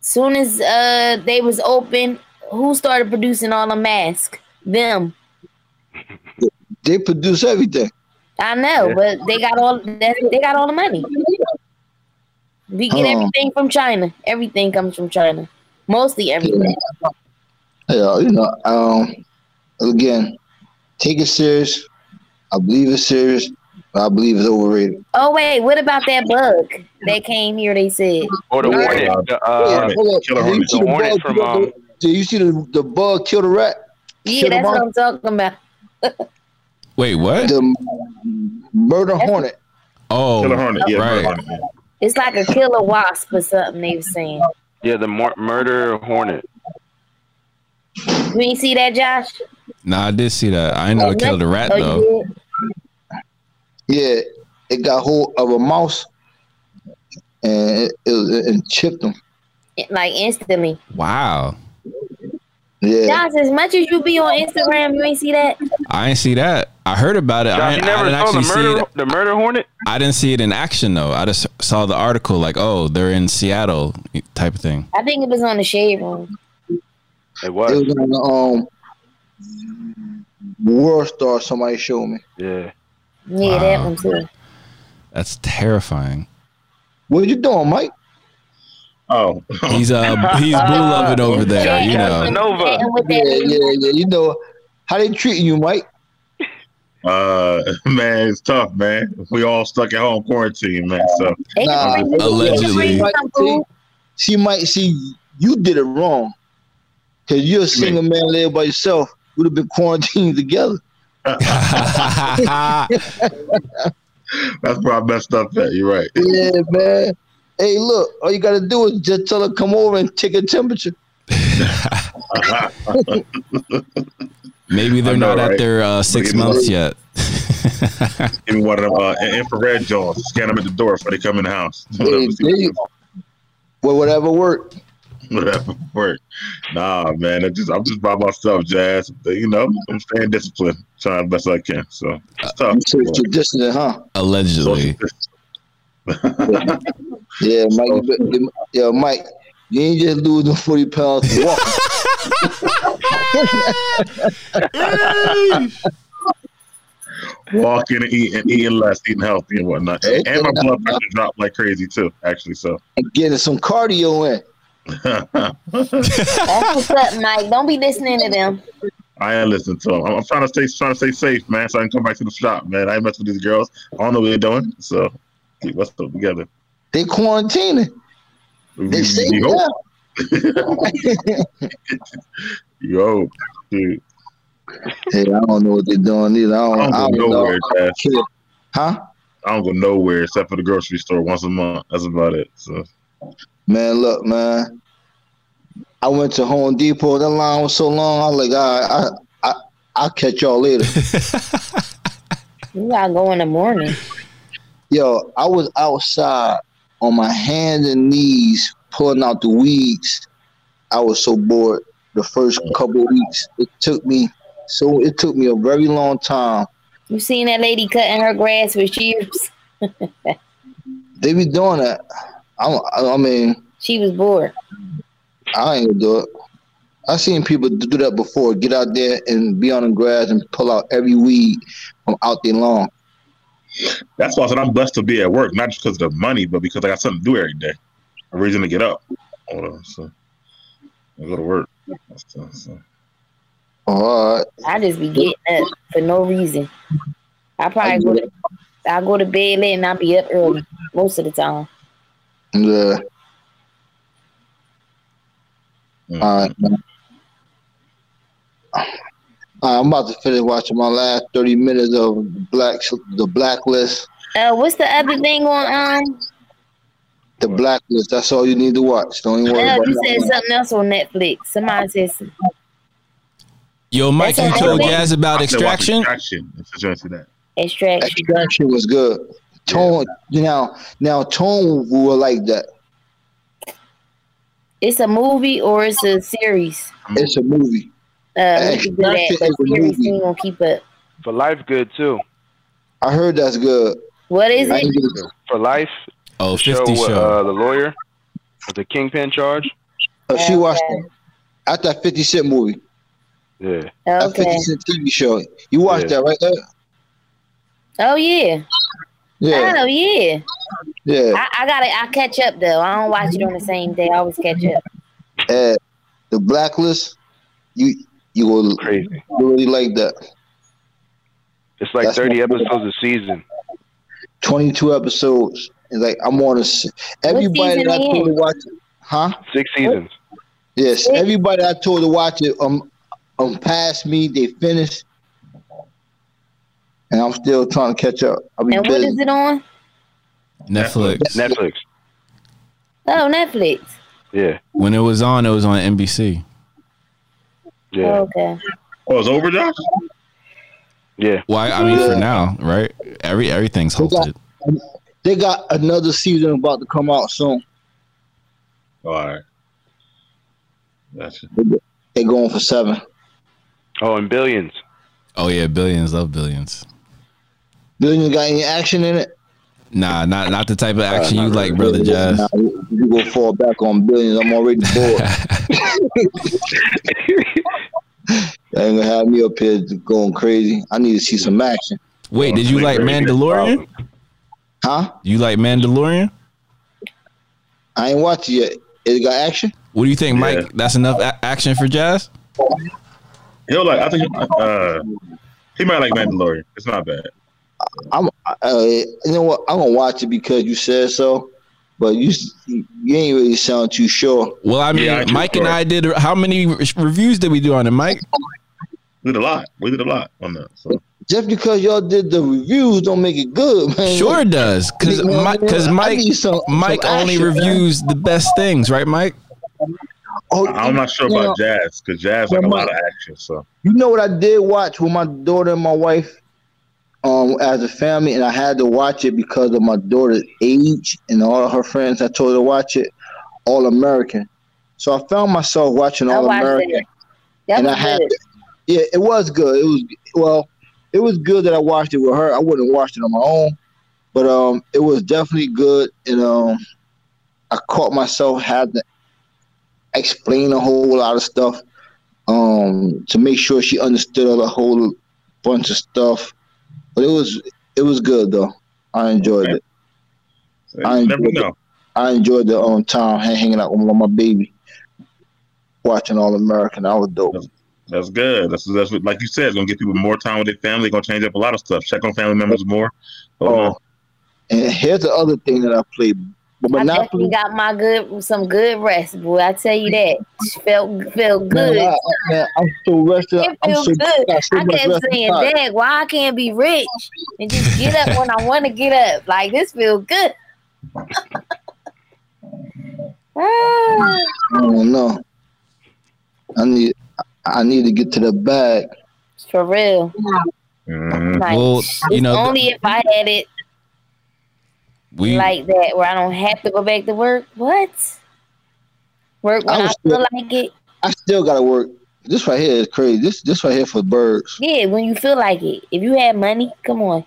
Speaker 2: soon as uh they was open, who started producing all the masks? Them.
Speaker 1: They produce everything.
Speaker 2: I know,
Speaker 4: Yeah.
Speaker 2: but they got all that, they got all the money. We get
Speaker 1: Hold on.
Speaker 2: everything from China. Everything comes from China. Mostly everything.
Speaker 1: Yeah, you know, um, again, take it serious. I believe it's serious, but I believe it's overrated.
Speaker 2: Oh wait, what about that bug that came here? They said
Speaker 4: Or the
Speaker 2: Yeah.
Speaker 4: hornet. The, uh,
Speaker 3: Hornet.
Speaker 1: hold up.
Speaker 3: Killer
Speaker 1: Did you
Speaker 3: hornet.
Speaker 1: see
Speaker 4: The hornet
Speaker 1: bug
Speaker 4: from,
Speaker 1: kill the-
Speaker 4: um,
Speaker 1: Did you see the, the bug kill the rat?
Speaker 2: Yeah,
Speaker 1: Kill the
Speaker 2: that's what
Speaker 1: monkey.
Speaker 2: I'm talking about.
Speaker 5: Wait, what?
Speaker 1: The murder hornet.
Speaker 3: Killer
Speaker 5: Oh,
Speaker 3: Hornet. Yeah,
Speaker 5: Right.
Speaker 3: Killer Hornet, yeah.
Speaker 2: It's like a killer wasp or something they were saying.
Speaker 4: yeah, the mor- murder hornet.
Speaker 2: You ain't see that, Josh?
Speaker 5: nah, I did see that. I didn't know it killed a rat,
Speaker 2: Oh,
Speaker 5: though.
Speaker 2: you did?
Speaker 1: Yeah, it got hold of a mouse and it, it, and chipped him.
Speaker 2: It- Like instantly.
Speaker 5: Wow.
Speaker 1: Yeah,
Speaker 2: Josh, as much as you be on Instagram, you ain't see that?
Speaker 5: I didn't see that. I heard about it. I,
Speaker 4: Josh, you
Speaker 5: didn't, I
Speaker 4: never
Speaker 5: didn't
Speaker 4: saw the
Speaker 5: actually see
Speaker 4: murder
Speaker 5: it.
Speaker 4: the murder hornet.
Speaker 5: I didn't see it in action, though. I just saw the article like, oh, they're in Seattle type of thing.
Speaker 2: I think it was on the shade room.
Speaker 4: It
Speaker 1: it
Speaker 4: was.
Speaker 1: was on the um, World Star. Somebody showed me.
Speaker 4: Yeah.
Speaker 2: Yeah,
Speaker 5: Wow.
Speaker 2: that one too.
Speaker 5: That's terrifying.
Speaker 1: What you doing, Mike?
Speaker 3: Oh,
Speaker 5: He's uh he's blue loving over there, you know.
Speaker 4: Nova.
Speaker 2: Chatting with
Speaker 1: Yeah,
Speaker 2: that
Speaker 1: yeah, yeah. You know how they treating you, Mike?
Speaker 3: uh, man, it's tough, man. We all stuck at home quarantine, man. So
Speaker 2: They can
Speaker 1: Nah,
Speaker 2: bring you- they can
Speaker 5: allegedly.
Speaker 2: bring you some food.
Speaker 1: She might see you did it wrong because you're a single man live by yourself. We'd have been quarantined together.
Speaker 3: that's where I messed up at. You're right.
Speaker 1: Yeah, man. Hey, look, all you gotta do is just tell her come over and take her temperature.
Speaker 5: Maybe they're
Speaker 3: I know,
Speaker 5: not at
Speaker 3: right?
Speaker 5: their uh, six
Speaker 3: Look at
Speaker 5: months yet.
Speaker 3: Give me one of them uh, infrared jaws. Scan them at the door before they come in the house.
Speaker 1: Hey, there you- well, whatever worked.
Speaker 3: whatever work. Nah, man, I just I'm just by myself, Jazz. You know, I'm staying disciplined, trying best I can. So it's tough.
Speaker 1: Uh, You took your distance, huh?
Speaker 5: Allegedly.
Speaker 1: Yeah, Mike. you bet- you- yeah, Mike. You ain't just losing forty pounds to walk.
Speaker 3: Walking and eating, eating less, eating healthy and whatnot.
Speaker 1: Hey,
Speaker 3: And my blood pressure dropped like crazy too, actually. So
Speaker 1: and getting some cardio in.
Speaker 2: That's what's up, Mike. Don't be listening to them.
Speaker 3: I ain't listening to them. I'm, I'm trying to stay trying to stay safe, man, so I can come back to the shop, man. I ain't messing with these girls. I don't know what they're doing. So keep us up together.
Speaker 1: They quarantining.
Speaker 3: We-
Speaker 1: Mm-hmm. They
Speaker 3: we-
Speaker 1: safe
Speaker 3: we hope.
Speaker 1: now.
Speaker 3: Yo, dude.
Speaker 1: Hey, I don't know what they're doing either. I
Speaker 3: I
Speaker 1: don't,
Speaker 3: don't go
Speaker 1: I don't know.
Speaker 3: nowhere, Chad.
Speaker 1: Huh?
Speaker 3: I don't go nowhere except for the grocery store once a month. That's about it. So
Speaker 1: Man, look, man. I went to Home Depot. That line was so long. I was like, all right, I, I, I'll catch y'all later.
Speaker 2: You gotta go in the morning.
Speaker 1: Yo, I was outside on my hands and knees pulling out the weeds. I was so bored the first couple of weeks. It took me so it took me a very long time.
Speaker 2: You seen that lady cutting her grass with shears?
Speaker 1: They be doing that. I'm, I I mean,
Speaker 2: She was bored.
Speaker 1: I ain't gonna do it. I seen people do that before. Get out there and be on the grass and pull out every weed from out their lawn.
Speaker 3: that's why I said I'm blessed to be at work, not just because of the money, but because I got something to do every day. A reason to get up. Hold on, so I go to work. So- so.
Speaker 1: All right.
Speaker 2: I just be getting up for no reason. I probably go to, I go to bed late and I be up early most of the time.
Speaker 1: Yeah.
Speaker 3: Mm.
Speaker 1: All right. man. All right, I'm about to finish watching my last 30 minutes of Black the Blacklist.
Speaker 2: Uh, what's the other thing on? Um,
Speaker 1: The Blacklist. That's all you need to watch. Don't even worry
Speaker 2: no,
Speaker 1: about
Speaker 2: uh, you said
Speaker 1: that.
Speaker 2: something else on Netflix. Somebody says
Speaker 5: Yo, Mike, you
Speaker 2: That's
Speaker 5: told
Speaker 2: everything.
Speaker 5: Jazz about
Speaker 3: I said, watch
Speaker 5: extraction.
Speaker 3: Extraction. If you're into that.
Speaker 2: extraction.
Speaker 1: Extraction was good. Tone now now Tone will like that.
Speaker 2: It's a movie or it's a series.
Speaker 1: It's a movie.
Speaker 2: Uh, we could do
Speaker 1: Extraction
Speaker 2: that.
Speaker 1: is
Speaker 2: but
Speaker 1: a
Speaker 2: Series
Speaker 1: movie.
Speaker 2: ain't gonna keep up.
Speaker 4: For life, good too.
Speaker 1: I heard that's good.
Speaker 2: What is
Speaker 1: I
Speaker 2: it?
Speaker 1: didn't get it.
Speaker 4: For life,
Speaker 5: Oh,
Speaker 4: the show
Speaker 5: 50
Speaker 4: with
Speaker 5: show.
Speaker 4: uh, the lawyer, with the kingpin charge.
Speaker 1: Uh, she
Speaker 2: Okay.
Speaker 1: watched that. At that 50 Cent movie,
Speaker 4: Yeah,
Speaker 1: that
Speaker 2: Okay.
Speaker 1: 50 Cent TV show. You watched
Speaker 4: Yeah.
Speaker 1: that, right? There?
Speaker 2: Oh yeah.
Speaker 1: Yeah,
Speaker 2: Oh yeah.
Speaker 1: yeah.
Speaker 2: I, I gotta. I catch up though. I don't watch it on the same day. I always catch up.
Speaker 1: Uh, the Blacklist, you you will
Speaker 4: crazy.
Speaker 1: really like that.
Speaker 4: It's like
Speaker 1: That's
Speaker 4: 30
Speaker 1: not good.
Speaker 4: episodes a season.
Speaker 1: 22 episodes. It's like I'm on a s- everybody
Speaker 2: season
Speaker 1: that I
Speaker 2: they
Speaker 1: told to
Speaker 2: in?
Speaker 1: watch it, huh?
Speaker 4: Six seasons.
Speaker 1: Yes,
Speaker 2: Six?
Speaker 1: everybody I told to watch it um um past me, they finished, and I'm still trying to catch up. I mean,
Speaker 2: And what is it on?
Speaker 5: Netflix.
Speaker 4: Netflix.
Speaker 2: Oh, Netflix.
Speaker 4: Yeah,
Speaker 5: When it was on, it was on NBC.
Speaker 4: yeah,
Speaker 2: Okay.
Speaker 3: Oh, it's over, Josh?
Speaker 4: yeah.
Speaker 5: Well, I, I mean, for
Speaker 1: Yeah.
Speaker 5: now, right? Every everything's
Speaker 1: They got-
Speaker 5: halted.
Speaker 1: they got another season about to come out soon.
Speaker 3: All right. Gotcha.
Speaker 1: They're going for seven.
Speaker 4: Oh, and billions.
Speaker 5: Oh yeah, billions love billions.
Speaker 1: Billion got any action in it?
Speaker 5: Nah, not not the type of action you like, brother Jazz.
Speaker 1: Nah, you go fall back on billions. I'm already bored. That ain't gonna have me up here going crazy. I need to see some action,
Speaker 5: Wait, did you like Mandalorian?
Speaker 1: huh?
Speaker 5: You like Mandalorian?
Speaker 1: I ain't watched it yet. It got action.
Speaker 5: What do you think, Mike?
Speaker 3: Yeah.
Speaker 5: That's enough a- action for Jazz?
Speaker 3: He'll like, I think uh, he might like Mandalorian. It's not bad.
Speaker 1: Uh, you know what? I'm gonna watch it because you said so. But you you ain't really sound too sure.
Speaker 5: Well, I mean,
Speaker 3: Yeah, I do,
Speaker 5: Mike and
Speaker 3: bro.
Speaker 5: I did. How many re- reviews did we do on it, Mike?
Speaker 3: We did a lot. We did a lot on that. So.
Speaker 1: Just because y'all did the reviews, don't make it good, man.
Speaker 5: Sure it does, because
Speaker 1: You know what I mean? I
Speaker 5: Mike
Speaker 1: need some-
Speaker 5: Mike
Speaker 1: some
Speaker 5: only
Speaker 1: action, man.
Speaker 5: reviews the best things, right, Mike?
Speaker 1: Oh,
Speaker 3: I'm not sure
Speaker 1: you
Speaker 3: about Jazz because Jazz like a
Speaker 1: Yeah,
Speaker 3: lot
Speaker 1: Mike.
Speaker 3: of action. So
Speaker 1: You know what I did watch with my daughter and my wife um as a family and I had to watch it because of my daughter's age and all of her friends I told her to watch it, All American. So I found myself watching
Speaker 2: I
Speaker 1: All
Speaker 2: watched
Speaker 1: American.
Speaker 2: it. That
Speaker 1: and
Speaker 2: was
Speaker 1: I had
Speaker 2: good.
Speaker 1: to- yeah, it was good. It was well, it was good that I watched it with her. I wouldn't have watched it on my own. But um, it was definitely good, and um, I caught myself had to explain a whole lot of stuff um to make sure she understood a whole bunch of stuff. But it was it was good though. I enjoyed it.
Speaker 3: So you
Speaker 1: I ain't
Speaker 3: never
Speaker 1: doing
Speaker 3: know.
Speaker 1: I enjoyed the um time ha- hanging out with my- my baby, watching All American. I was dope.
Speaker 3: That's good. That's that's what, like you said, it's gonna get people more time with their family. Gonna change up a lot of stuff. Check on family members more.
Speaker 1: Oh, and here's the other thing that I played, but
Speaker 2: I definitely
Speaker 1: Monopoly.
Speaker 2: got my good some good rest, boy. I tell you that. Felt felt good.
Speaker 1: Man, I, man, I'm so rested.
Speaker 2: It
Speaker 1: I'm
Speaker 2: feels
Speaker 1: so,
Speaker 2: good.
Speaker 1: got so
Speaker 2: I
Speaker 1: much
Speaker 2: kept
Speaker 1: rest
Speaker 2: saying,
Speaker 1: inside.
Speaker 2: Dad, why I can't be rich and just get up when I want to get up? Like this feel good. Ah,
Speaker 1: I don't know. I need. I need to get to the bag.
Speaker 2: For real.
Speaker 3: Mhm.
Speaker 2: Like,
Speaker 5: Well, you
Speaker 2: it's
Speaker 5: know,
Speaker 2: only if I had it
Speaker 5: We
Speaker 2: like that where I don't have to go back to work. What? Work when
Speaker 1: I
Speaker 2: I,
Speaker 1: was
Speaker 2: feel like it.
Speaker 1: I still gotta work. This right here is crazy. This this right here for birds.
Speaker 2: Yeah, when you feel like it. If you had money, come on.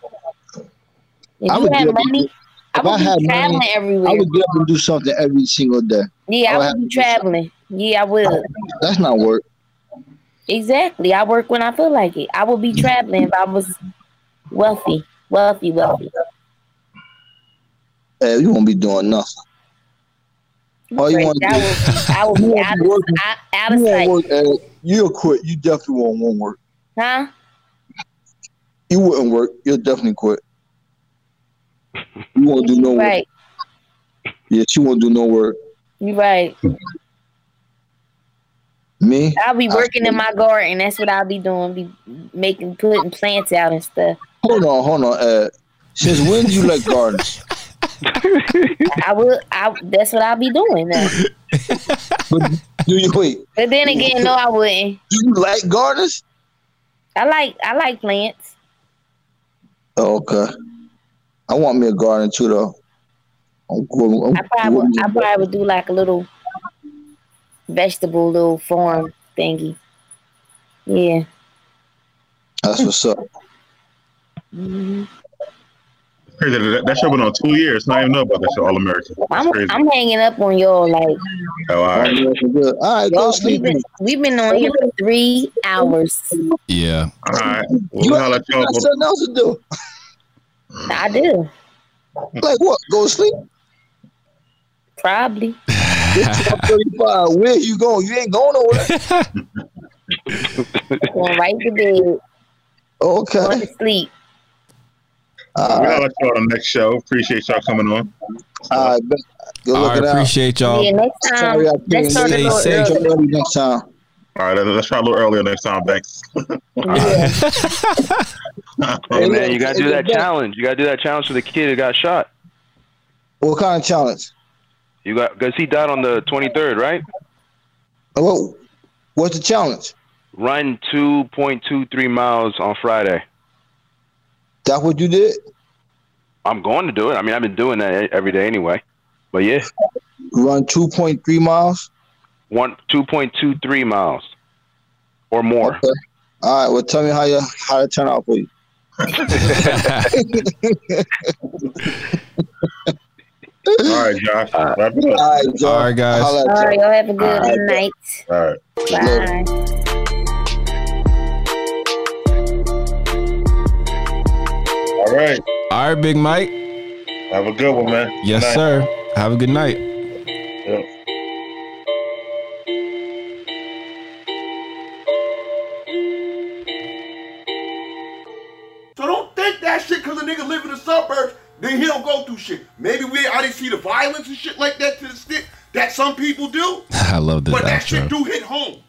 Speaker 2: If
Speaker 1: I
Speaker 2: you
Speaker 1: would
Speaker 2: had
Speaker 1: be able to-
Speaker 2: money, I
Speaker 1: if I
Speaker 2: would
Speaker 1: had
Speaker 2: be
Speaker 1: money,
Speaker 2: traveling
Speaker 1: I
Speaker 2: everywhere.
Speaker 1: would get up and do something every single day. I
Speaker 2: yeah,
Speaker 1: would
Speaker 2: I
Speaker 1: have
Speaker 2: would be
Speaker 1: to do
Speaker 2: traveling. Yeah, I would.
Speaker 1: That's not work.
Speaker 2: Exactly. I work when I feel like it. I would be traveling if I was wealthy, wealthy, wealthy.
Speaker 1: Hey, Eh, you won't be doing nothing. All you want to
Speaker 2: I
Speaker 1: do,
Speaker 2: would, I would
Speaker 1: You
Speaker 2: be
Speaker 1: won't
Speaker 2: out
Speaker 1: be
Speaker 2: of,
Speaker 1: working.
Speaker 2: out, out
Speaker 1: you
Speaker 2: of
Speaker 1: won't
Speaker 2: sight.
Speaker 1: work. Eric. You'll quit. You definitely won't, won't work.
Speaker 2: Huh?
Speaker 1: You wouldn't work. You'll definitely quit. You won't do no work.
Speaker 2: Right.
Speaker 1: Yeah, she won't do no work.
Speaker 2: You're right.
Speaker 1: Me,
Speaker 2: I'll be working in my garden. That's what I'll be doing. Be making putting plants out and stuff.
Speaker 1: hold on, hold on. Uh, since when do you like gardens?
Speaker 2: I will. I. That's what I'll be doing. Now.
Speaker 1: Do you wait?
Speaker 2: But then again, no, I wouldn't.
Speaker 1: Do you like gardens?
Speaker 2: I like. I like plants.
Speaker 1: Oh, okay. I want me a garden too, though. I'm cool. I'm
Speaker 2: I probably. would- I probably would do like a little vegetable, little farm thingy. Yeah.
Speaker 1: That's what's up.
Speaker 2: Mhm.
Speaker 3: Crazy that, that show been on two years. and I didn't even know about that show, All American. That's
Speaker 2: I'm,
Speaker 3: crazy.
Speaker 2: I'm hanging up on y'all. Like
Speaker 3: oh, all right.
Speaker 1: All right, go
Speaker 2: y'all, we've
Speaker 1: sleep.
Speaker 2: been we've been on here for three hours.
Speaker 5: yeah.
Speaker 3: All right.
Speaker 1: You
Speaker 3: We'll holler at y'all.
Speaker 1: got something else to do.
Speaker 2: I do
Speaker 1: Like what? Go to sleep.
Speaker 2: probably.
Speaker 1: It's 12:35. Where you going? You ain't going nowhere.
Speaker 2: Going right to bed, going
Speaker 1: Okay.
Speaker 2: to sleep.
Speaker 1: All
Speaker 3: We'll
Speaker 1: right.
Speaker 3: holler at y'all on the next show. Appreciate y'all coming on.
Speaker 1: All right. bet. Good
Speaker 5: I
Speaker 1: looking out.
Speaker 5: appreciate y'all.
Speaker 2: yeah, Um, next time,
Speaker 1: Sorry, I
Speaker 2: let's
Speaker 1: couldn't
Speaker 2: start a
Speaker 5: stay
Speaker 2: little
Speaker 5: safe.
Speaker 2: early.
Speaker 1: Tell you next time.
Speaker 3: All right. Let's let's try a little earlier next time. Thanks.
Speaker 2: Yeah.
Speaker 4: Hey
Speaker 1: Hey,
Speaker 4: man, you
Speaker 1: look,
Speaker 4: gotta do
Speaker 1: it's
Speaker 4: that
Speaker 1: a-
Speaker 4: challenge. You gotta do that challenge for the kid who got shot.
Speaker 1: What kind of challenge?
Speaker 4: You got because he died on the 23rd, right?
Speaker 1: Hello. What's the challenge?
Speaker 4: Run 2.23 miles on Friday.
Speaker 1: That's what you did.
Speaker 4: I'm going to do it. I mean, I've been doing that e- every day anyway. But yeah,
Speaker 1: Run 2.3 miles.
Speaker 4: one 2.23 miles or more.
Speaker 1: Okay. All right. Well, tell me how you how to turn out for you.
Speaker 3: All right, Josh.
Speaker 4: Uh,
Speaker 3: Wrap it up.
Speaker 1: All right, Joe.
Speaker 5: All right, guys.
Speaker 1: Holla at
Speaker 2: All right,
Speaker 1: y'all.
Speaker 2: y'all have a good
Speaker 1: All right.
Speaker 2: night.
Speaker 3: All right.
Speaker 2: Bye.
Speaker 3: All right.
Speaker 5: All right, Big Mike.
Speaker 3: Have a good one, man.
Speaker 5: Yes,
Speaker 3: Good night.
Speaker 5: sir. Have a good night.
Speaker 3: Yeah.
Speaker 7: So don't think that shit because a nigga live in the suburbs, then he don't go through shit. Maybe we I didn't see the violence and shit like that to the stick that some people do,
Speaker 5: I love this
Speaker 7: but that
Speaker 5: outro.
Speaker 7: shit do hit home.